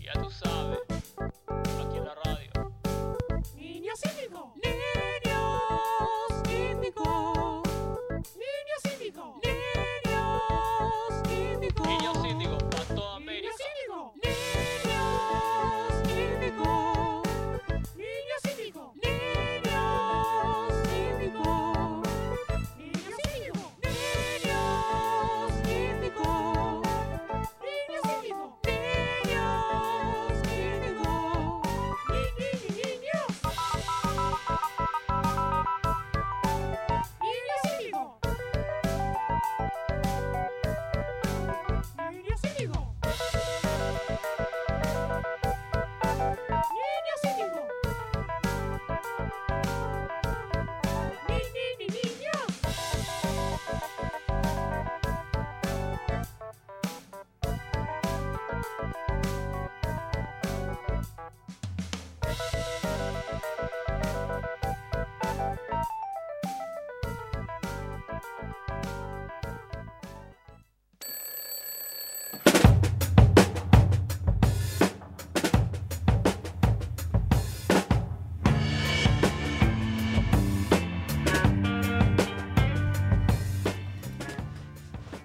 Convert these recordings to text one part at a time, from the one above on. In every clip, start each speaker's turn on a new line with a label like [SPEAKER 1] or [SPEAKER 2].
[SPEAKER 1] Ya tú sabes, aquí en la radio.
[SPEAKER 2] Niños Índigo. Niños Índigo. Niños Índigo. Niños Índigo.
[SPEAKER 1] Niños síndico para toda
[SPEAKER 2] Niños
[SPEAKER 1] América.
[SPEAKER 2] Índigo. Niños Índigo. Niños Índigo. Niños Índigo. Niños Índigo. Niños Índigo. Niños Índigo. Niños Índigo. Ni- ni- ni- Niños. Niños Índigo. Niños Índigo. Niños Índigo. Ni, ni, ni, niños.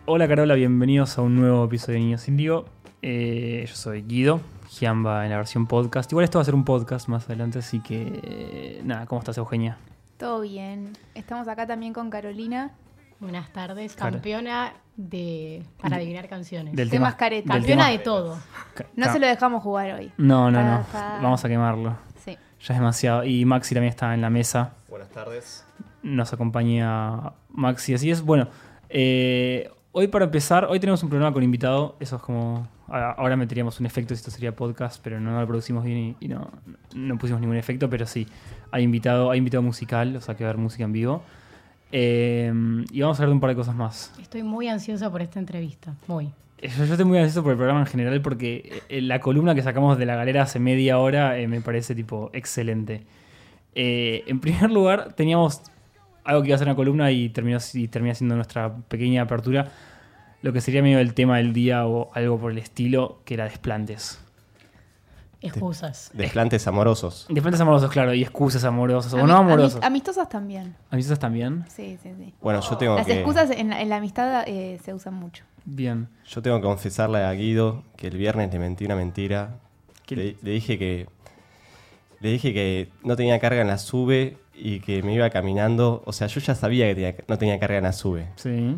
[SPEAKER 3] Hola Carola, bienvenidos a un nuevo episodio de Niños Indio. Eh, yo soy Guido, Giamba en la versión podcast. Igual esto va a ser un podcast más adelante, así que eh, nada, ¿cómo estás Eugenia?
[SPEAKER 4] Todo bien. Estamos acá también con Carolina.
[SPEAKER 5] Buenas tardes,
[SPEAKER 3] Claro.
[SPEAKER 5] campeona de para adivinar canciones.
[SPEAKER 3] Del
[SPEAKER 4] Temas
[SPEAKER 3] tema-
[SPEAKER 4] careta.
[SPEAKER 3] del
[SPEAKER 5] campeona
[SPEAKER 3] tema-
[SPEAKER 5] de todo.
[SPEAKER 3] Ca-
[SPEAKER 4] No
[SPEAKER 3] ca-
[SPEAKER 4] se lo dejamos jugar hoy.
[SPEAKER 3] No, no, no.
[SPEAKER 4] Está- está-
[SPEAKER 3] Vamos a quemarlo.
[SPEAKER 4] Sí.
[SPEAKER 3] Ya es demasiado. Y Maxi también está en la mesa.
[SPEAKER 6] Buenas tardes.
[SPEAKER 3] Nos acompaña Maxi. Así es, bueno. eh, hoy para empezar, hoy tenemos un programa con invitado. Eso es como. a- Ahora meteríamos un efecto si esto sería podcast, pero no lo producimos bien y, y no, no pusimos ningún efecto. Pero sí, hay invitado, hay invitado musical, o sea que va a haber música en vivo. Eh, y vamos a hablar de un par de cosas más.
[SPEAKER 5] Estoy muy ansiosa por esta entrevista. Muy.
[SPEAKER 3] Eh, Yo, yo estoy muy agradecido por el programa en general porque eh, la columna que sacamos de la galera hace media hora eh, me parece tipo excelente. Eh, en primer lugar, teníamos algo que iba a ser una columna y terminó, y termina siendo nuestra pequeña apertura, lo que sería medio el tema del día o algo por el estilo, que era desplantes.
[SPEAKER 5] Excusas.
[SPEAKER 6] Desplantes amorosos.
[SPEAKER 3] Desplantes amorosos, claro, y excusas amorosas o
[SPEAKER 4] Ami-
[SPEAKER 3] no
[SPEAKER 4] ami-
[SPEAKER 3] amorosas.
[SPEAKER 4] amistosas también.
[SPEAKER 3] ¿Amistosas también?
[SPEAKER 4] Sí, sí, sí.
[SPEAKER 6] Bueno, yo tengo
[SPEAKER 4] Las
[SPEAKER 6] que.
[SPEAKER 4] excusas en la, en la amistad eh, se usan mucho.
[SPEAKER 3] Bien.
[SPEAKER 6] Yo tengo que confesarle a Guido que el viernes le mentí una mentira.
[SPEAKER 3] ¿Qué-
[SPEAKER 6] Le, le dije que. Le dije que no tenía carga en la sube y que me iba caminando. O sea, yo ya sabía que tenía- no tenía carga en la sube.
[SPEAKER 3] Sí.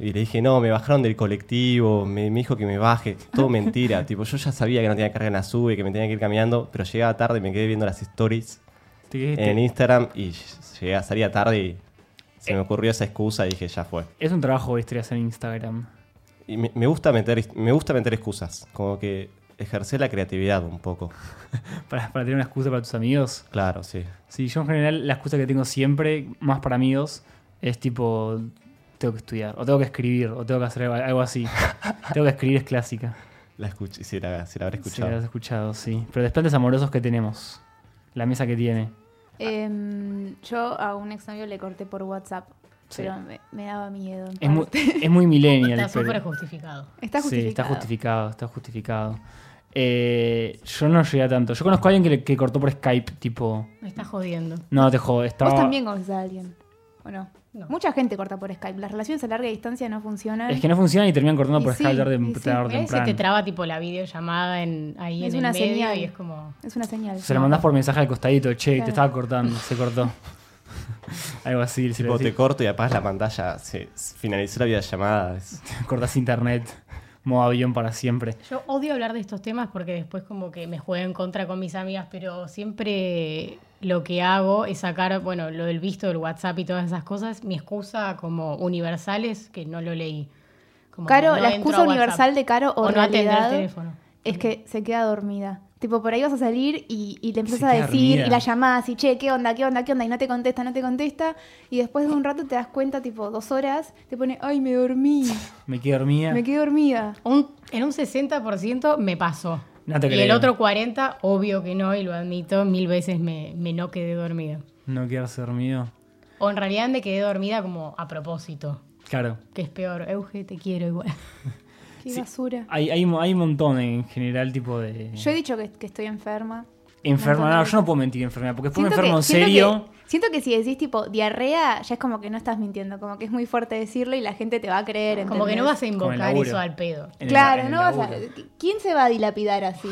[SPEAKER 6] Y le dije, no, me bajaron del colectivo, me, me dijo que me baje. Todo mentira. tipo, yo ya sabía que no tenía carga en la sube, que me tenía que ir caminando, pero llegaba tarde y me quedé viendo las stories
[SPEAKER 3] Te- te-
[SPEAKER 6] en Instagram y llegué, salía tarde y se me ocurrió esa excusa y dije, ya fue.
[SPEAKER 3] Es un trabajo de historias en Instagram.
[SPEAKER 6] Y me, me gusta meter, me gusta meter excusas, como que ejercer la creatividad un poco.
[SPEAKER 3] Para, para tener una excusa para tus amigos.
[SPEAKER 6] Claro, sí.
[SPEAKER 3] Sí, yo en general la excusa que tengo siempre, más para amigos, es tipo, tengo que estudiar, o tengo que escribir, o tengo que hacer algo, algo así. tengo que escribir es clásica.
[SPEAKER 6] La escuché, sí, la, sí la
[SPEAKER 3] Si
[SPEAKER 6] habré
[SPEAKER 3] la
[SPEAKER 6] escuchado.
[SPEAKER 3] has escuchado, sí. Pero desplantes amorosos que tenemos, la mesa que tiene.
[SPEAKER 4] Em, yo a un exnovio le corté por WhatsApp,
[SPEAKER 3] Sí.
[SPEAKER 4] pero me, me daba miedo. en
[SPEAKER 3] Es muy,
[SPEAKER 4] parte.
[SPEAKER 3] es muy millennial.
[SPEAKER 5] Está
[SPEAKER 3] pero-
[SPEAKER 5] súper justificado.
[SPEAKER 4] Está justificado.
[SPEAKER 3] Sí, está justificado, está justificado. Eh, yo no llegué a tanto. Yo conozco a alguien que, le- que cortó por Skype, tipo,
[SPEAKER 5] Me está jodiendo.
[SPEAKER 3] no, te jodo,
[SPEAKER 4] Vos
[SPEAKER 3] estaba...
[SPEAKER 4] también conoces a alguien. Bueno,
[SPEAKER 5] No.
[SPEAKER 4] mucha gente corta por Skype. Las relaciones a larga distancia no funcionan.
[SPEAKER 3] Es que no funciona y terminan cortando
[SPEAKER 4] Y
[SPEAKER 3] por
[SPEAKER 4] sí,
[SPEAKER 3] Skype tarde,
[SPEAKER 4] y sí.
[SPEAKER 3] tarde o
[SPEAKER 5] Mirá que se
[SPEAKER 3] temprano.
[SPEAKER 5] te traba tipo la videollamada en, ahí
[SPEAKER 4] Es
[SPEAKER 5] en
[SPEAKER 4] una
[SPEAKER 5] el medio
[SPEAKER 4] señal.
[SPEAKER 5] y es como.
[SPEAKER 4] Es una señal.
[SPEAKER 3] Se lo mandás por mensaje al costadito, che, te
[SPEAKER 4] Claro.
[SPEAKER 3] estaba cortando, se cortó. Algo así, se
[SPEAKER 6] Tipo,
[SPEAKER 3] lo
[SPEAKER 6] te
[SPEAKER 3] decís,
[SPEAKER 6] corto y apagas la pantalla, se se finalizó la videollamada. es-
[SPEAKER 3] cortás internet, modo avión para siempre.
[SPEAKER 5] Yo odio hablar de estos temas porque después como que me juego en contra con mis amigas, pero siempre lo que hago es sacar, bueno, lo del visto del WhatsApp y todas esas cosas, mi excusa como universal es que no lo leí. Como
[SPEAKER 4] Caro,
[SPEAKER 5] que no
[SPEAKER 4] la
[SPEAKER 5] entro
[SPEAKER 4] excusa
[SPEAKER 5] a WhatsApp.
[SPEAKER 4] universal de Caro o,
[SPEAKER 5] O no atender el
[SPEAKER 4] realidad
[SPEAKER 5] teléfono.
[SPEAKER 4] es que se queda dormida. Tipo, por ahí vas a salir y, y le empiezas
[SPEAKER 3] Se
[SPEAKER 4] a
[SPEAKER 3] queda
[SPEAKER 4] decir
[SPEAKER 3] dormida.
[SPEAKER 4] y la llamás y che, ¿qué onda? ¿Qué onda? ¿Qué onda? Y no te contesta, no te contesta. Y después de un rato te das cuenta, tipo, dos horas, te pone, ay, me dormí,
[SPEAKER 3] Me quedé dormida.
[SPEAKER 4] me quedé dormida.
[SPEAKER 5] Un- en un 60% me pasó.
[SPEAKER 3] No te
[SPEAKER 5] y el
[SPEAKER 3] creo.
[SPEAKER 5] otro 40%, obvio que no, y lo admito, mil veces me, me no quedé dormida.
[SPEAKER 3] No quedarse dormido.
[SPEAKER 5] O en realidad me quedé dormida como a propósito,
[SPEAKER 3] Claro.
[SPEAKER 5] que es peor. Euge, te quiero igual.
[SPEAKER 4] Sí,
[SPEAKER 3] Sí. Ah,
[SPEAKER 4] basura.
[SPEAKER 3] Hay, hay, un- hay un montón en general, tipo de.
[SPEAKER 4] Yo he dicho que, que estoy enferma.
[SPEAKER 3] enferma.
[SPEAKER 4] montón
[SPEAKER 3] No,
[SPEAKER 4] de-
[SPEAKER 3] yo no puedo mentir enfermedad, porque después me
[SPEAKER 4] Siento
[SPEAKER 3] enfermo
[SPEAKER 4] que-
[SPEAKER 3] en
[SPEAKER 4] siento
[SPEAKER 3] serio.
[SPEAKER 4] que- siento que si decís tipo diarrea, ya es como que no estás mintiendo, como que es muy fuerte decirlo y la gente te va a creer.
[SPEAKER 5] Como que no
[SPEAKER 4] ¿entendés?
[SPEAKER 5] vas a
[SPEAKER 3] Como el
[SPEAKER 5] invocar
[SPEAKER 3] laburo.
[SPEAKER 5] eso al pedo.
[SPEAKER 3] en el-
[SPEAKER 4] Claro,
[SPEAKER 3] en el
[SPEAKER 4] no vas a...
[SPEAKER 3] laburo.
[SPEAKER 4] ¿Quién se va a dilapidar así?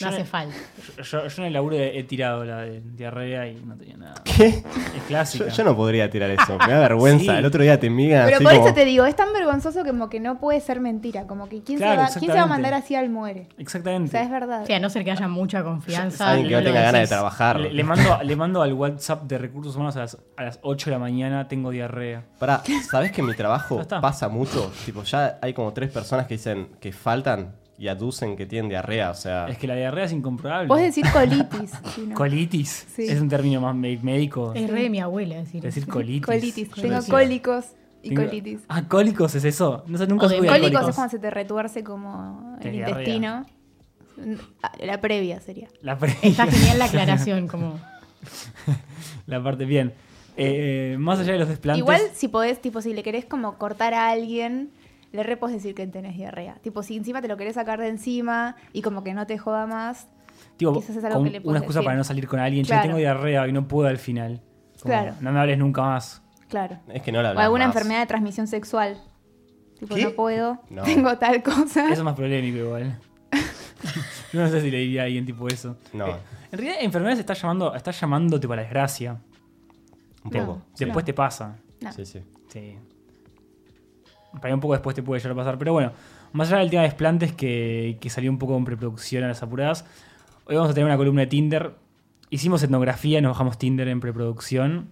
[SPEAKER 5] No hace falta.
[SPEAKER 3] Yo, yo- yo en el laburo he he tirado la de diarrea y no tenía nada.
[SPEAKER 6] ¿Qué?
[SPEAKER 3] Es clásica.
[SPEAKER 6] Yo, yo no podría tirar eso, me da vergüenza.
[SPEAKER 3] Sí.
[SPEAKER 6] El otro día te migan
[SPEAKER 4] Pero
[SPEAKER 6] así
[SPEAKER 4] por
[SPEAKER 6] como...
[SPEAKER 4] eso te digo, es tan vergonzoso que como que no puede ser mentira, como que ¿quién,
[SPEAKER 3] Claro,
[SPEAKER 4] se, va, ¿quién se va a
[SPEAKER 3] exactamente.
[SPEAKER 4] mandar así al muere?
[SPEAKER 3] Exactamente.
[SPEAKER 4] O sea, es verdad.
[SPEAKER 5] O sea, a no ser que haya mucha confianza.
[SPEAKER 4] Ah,
[SPEAKER 6] Alguien que no
[SPEAKER 5] lo
[SPEAKER 6] tenga ganas de
[SPEAKER 5] decís.
[SPEAKER 6] trabajar.
[SPEAKER 3] Le, le mando, le mando al WhatsApp de recursos humanos a las, a las 8 de la mañana, tengo diarrea.
[SPEAKER 6] Pará, ¿sabés que en mi trabajo
[SPEAKER 3] Ya está.
[SPEAKER 6] pasa mucho? Tipo, ya hay como tres personas que dicen que faltan y aducen que tienen diarrea, o sea...
[SPEAKER 3] Es que la diarrea es incomprobable.
[SPEAKER 4] Vos decís colitis. si no.
[SPEAKER 3] Colitis.
[SPEAKER 4] Sí.
[SPEAKER 3] Es un término más me- médico.
[SPEAKER 5] Es re de mi abuela decir.
[SPEAKER 3] decir colitis.
[SPEAKER 4] Colitis.
[SPEAKER 3] Yo
[SPEAKER 4] Tengo
[SPEAKER 3] decía,
[SPEAKER 4] cólicos y
[SPEAKER 3] tengo-
[SPEAKER 4] colitis.
[SPEAKER 3] Ah, cólicos es eso. No sé, nunca
[SPEAKER 5] O de
[SPEAKER 3] supe de
[SPEAKER 4] cólicos,
[SPEAKER 3] cólicos.
[SPEAKER 4] es cuando se te retuerce como
[SPEAKER 3] Te
[SPEAKER 4] el
[SPEAKER 3] diarrea.
[SPEAKER 4] intestino. Ah, La previa sería.
[SPEAKER 3] La pre-
[SPEAKER 5] Está genial la aclaración, como.
[SPEAKER 3] la parte bien. Eh, eh, más allá de los desplantes.
[SPEAKER 4] Igual si podés, tipo, si le querés como cortar a alguien, le repos decir que tenés diarrea. Tipo, si encima te lo querés sacar de encima y como que no te joda más.
[SPEAKER 3] tipo,
[SPEAKER 4] quizás es algo
[SPEAKER 3] con
[SPEAKER 4] que le puedes
[SPEAKER 3] una excusa
[SPEAKER 4] decir.
[SPEAKER 3] para no salir con alguien. Yo
[SPEAKER 4] Claro.
[SPEAKER 3] tengo diarrea y no puedo al final. Como,
[SPEAKER 4] Claro.
[SPEAKER 3] No me hables nunca más.
[SPEAKER 4] Claro.
[SPEAKER 6] Es que no la
[SPEAKER 4] O alguna enfermedad de transmisión sexual. Tipo,
[SPEAKER 6] ¿Qué?
[SPEAKER 4] no puedo,
[SPEAKER 6] No.
[SPEAKER 4] tengo tal cosa.
[SPEAKER 3] Eso es más polémico igual. Yo no sé si le diría a alguien tipo eso.
[SPEAKER 6] No.
[SPEAKER 3] Eh, en realidad, enfermedades está llamando, está llamándote para la desgracia.
[SPEAKER 6] Un
[SPEAKER 4] No.
[SPEAKER 6] poco.
[SPEAKER 3] Después te pasa.
[SPEAKER 4] No.
[SPEAKER 6] Sí, sí.
[SPEAKER 3] Sí. Para mí un poco después te puede llegar a pasar. Pero bueno, más allá del tema de desplantes que, que salió un poco en preproducción a las apuradas, hoy vamos a tener una columna de Tinder. Hicimos etnografía, nos bajamos Tinder en preproducción.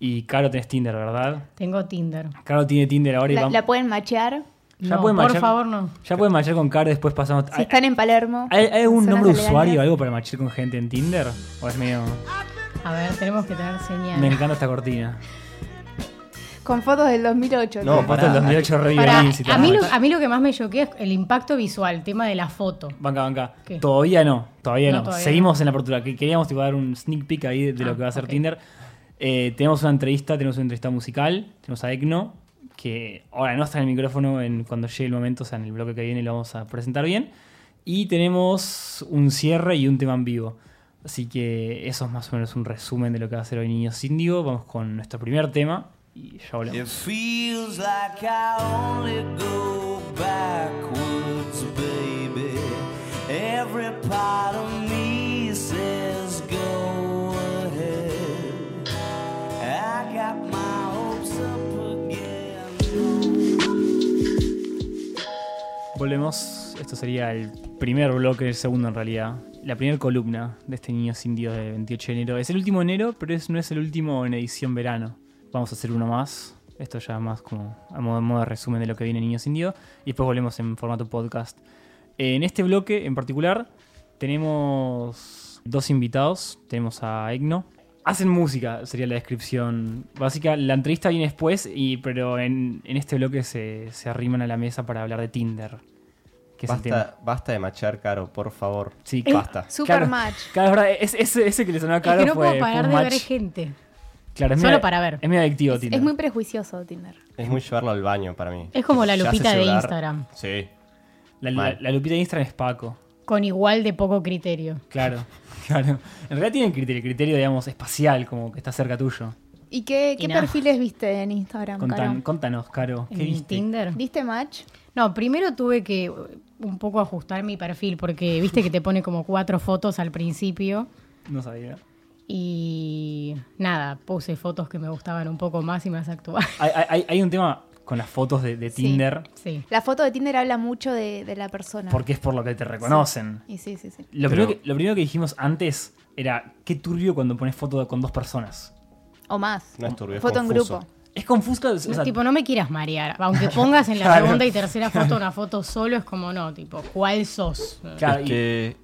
[SPEAKER 3] Y Caro tenés Tinder, ¿verdad?
[SPEAKER 5] Tengo Tinder.
[SPEAKER 3] Caro tiene Tinder ahora y
[SPEAKER 4] La,
[SPEAKER 3] vamos-
[SPEAKER 4] la pueden machear.
[SPEAKER 3] Ya
[SPEAKER 5] No,
[SPEAKER 3] pueden
[SPEAKER 5] por
[SPEAKER 3] marchar-
[SPEAKER 5] favor, no.
[SPEAKER 3] Ya pueden marchar con Caro, después pasamos...
[SPEAKER 4] Si
[SPEAKER 3] ¿Hay,
[SPEAKER 4] están en Palermo.
[SPEAKER 3] hay- hay algún
[SPEAKER 4] zonas
[SPEAKER 3] nombre de
[SPEAKER 4] aledañas.
[SPEAKER 5] ¿eh?
[SPEAKER 3] usuario o algo para marchar con gente en Tinder? ¿O es medio...?
[SPEAKER 5] A ver, tenemos que tener señal.
[SPEAKER 3] Me encanta esta cortina.
[SPEAKER 4] Con fotos del 2008.
[SPEAKER 6] No,
[SPEAKER 4] creo.
[SPEAKER 6] pará.
[SPEAKER 3] Fotos del 2008 re
[SPEAKER 5] Pará,
[SPEAKER 3] violín, si te
[SPEAKER 5] a, mí lo,
[SPEAKER 3] acuerdas.
[SPEAKER 5] a mí lo que más me choquea es el impacto visual, tema de la foto.
[SPEAKER 3] Banca, banca.
[SPEAKER 5] ¿Qué?
[SPEAKER 3] Todavía no, todavía no.
[SPEAKER 5] No, todavía
[SPEAKER 3] Seguimos en la apertura. que Queríamos tipo, dar un sneak peek ahí de, de lo
[SPEAKER 5] Ah,
[SPEAKER 3] que va a ser
[SPEAKER 5] ok.
[SPEAKER 3] Tinder. Eh, tenemos una entrevista, tenemos una entrevista musical, tenemos a Ekno, que ahora no está en el micrófono en, cuando llegue el momento, o sea, en el bloque que viene lo vamos a presentar bien. Y tenemos un cierre y un tema en vivo. Así que eso es más o menos un resumen de lo que va a ser hoy Niños Índigo. Vamos con nuestro primer tema y ya volvemos.
[SPEAKER 7] It feels like I only go backwards, baby. Every part of me says go ahead. I got my hopes up again.
[SPEAKER 3] Volvemos. Esto sería el primer bloque, el segundo en realidad. La primera columna de este niño sin Dios de 28 de enero. Es el último de enero, pero es- no es el último en edición verano. Vamos a hacer uno más. Esto ya más como a modo, modo de resumen de lo que viene Niño sin Dios. Y después volvemos en formato podcast. En este bloque en particular tenemos dos invitados. Tenemos a Egno. Hacen música, sería la descripción básica. La entrevista viene después, y, pero en, en este bloque se, se arriman a la mesa para hablar de Tinder. Que es el tema.
[SPEAKER 6] Basta, basta de machar, Caro, por favor.
[SPEAKER 3] Sí,
[SPEAKER 6] Basta.
[SPEAKER 4] Super
[SPEAKER 3] Claro.
[SPEAKER 4] match.
[SPEAKER 3] Claro, es verdad, es- ese, ese que le sonó a Caro
[SPEAKER 5] es que no
[SPEAKER 3] fue, fue
[SPEAKER 5] puedo parar
[SPEAKER 3] un
[SPEAKER 5] de
[SPEAKER 3] match.
[SPEAKER 5] ver gente.
[SPEAKER 3] Claro, es
[SPEAKER 5] Solo
[SPEAKER 3] medio-
[SPEAKER 5] para ver.
[SPEAKER 3] Es medio adictivo Tinder.
[SPEAKER 4] Es muy prejuicioso Tinder.
[SPEAKER 6] Es muy llevarlo al baño para mí.
[SPEAKER 5] Es como la
[SPEAKER 6] Ya hace
[SPEAKER 5] Lupita de
[SPEAKER 6] llorar.
[SPEAKER 5] Instagram.
[SPEAKER 6] Sí.
[SPEAKER 3] la, la-
[SPEAKER 6] mal.
[SPEAKER 3] la Lupita de Instagram es Paco.
[SPEAKER 5] Con igual de poco criterio.
[SPEAKER 3] Claro, claro. En realidad tiene criterio, criterio, digamos, espacial, como que está cerca tuyo.
[SPEAKER 4] ¿Y qué,
[SPEAKER 5] Y
[SPEAKER 4] qué
[SPEAKER 5] nada.
[SPEAKER 4] perfiles viste en Instagram,
[SPEAKER 3] Contan-
[SPEAKER 4] Caro?
[SPEAKER 3] contanos, Caro, ¿qué
[SPEAKER 5] en
[SPEAKER 3] viste?
[SPEAKER 5] Tinder.
[SPEAKER 4] ¿Diste match?
[SPEAKER 5] No, primero tuve que eh, un poco ajustar mi perfil porque viste que te pone como cuatro fotos al principio
[SPEAKER 3] No sabía.
[SPEAKER 5] y nada, puse fotos que me gustaban un poco más y más actuales.
[SPEAKER 3] Hay, hay- hay- hay un tema con las fotos de, de
[SPEAKER 4] Sí.
[SPEAKER 3] Tinder,
[SPEAKER 5] Sí.
[SPEAKER 4] La foto de Tinder habla mucho de, de la persona.
[SPEAKER 3] porque es por lo que te reconocen.
[SPEAKER 4] Y sí, sí, sí.
[SPEAKER 3] Lo,
[SPEAKER 6] Pero-
[SPEAKER 3] primero que, lo primero que dijimos antes era, qué turbio cuando pones foto con dos personas.
[SPEAKER 4] O más.
[SPEAKER 6] No es turbio, es
[SPEAKER 4] Foto en
[SPEAKER 6] confuso.
[SPEAKER 4] grupo.
[SPEAKER 3] Es confuso. o
[SPEAKER 5] No,
[SPEAKER 3] sea,
[SPEAKER 5] tipo, no me quieras marear. Aunque pongas en la
[SPEAKER 3] Claro.
[SPEAKER 5] segunda y tercera foto una foto solo, es como no, tipo, ¿cuál sos?
[SPEAKER 3] claro,
[SPEAKER 8] Es
[SPEAKER 3] y-
[SPEAKER 8] que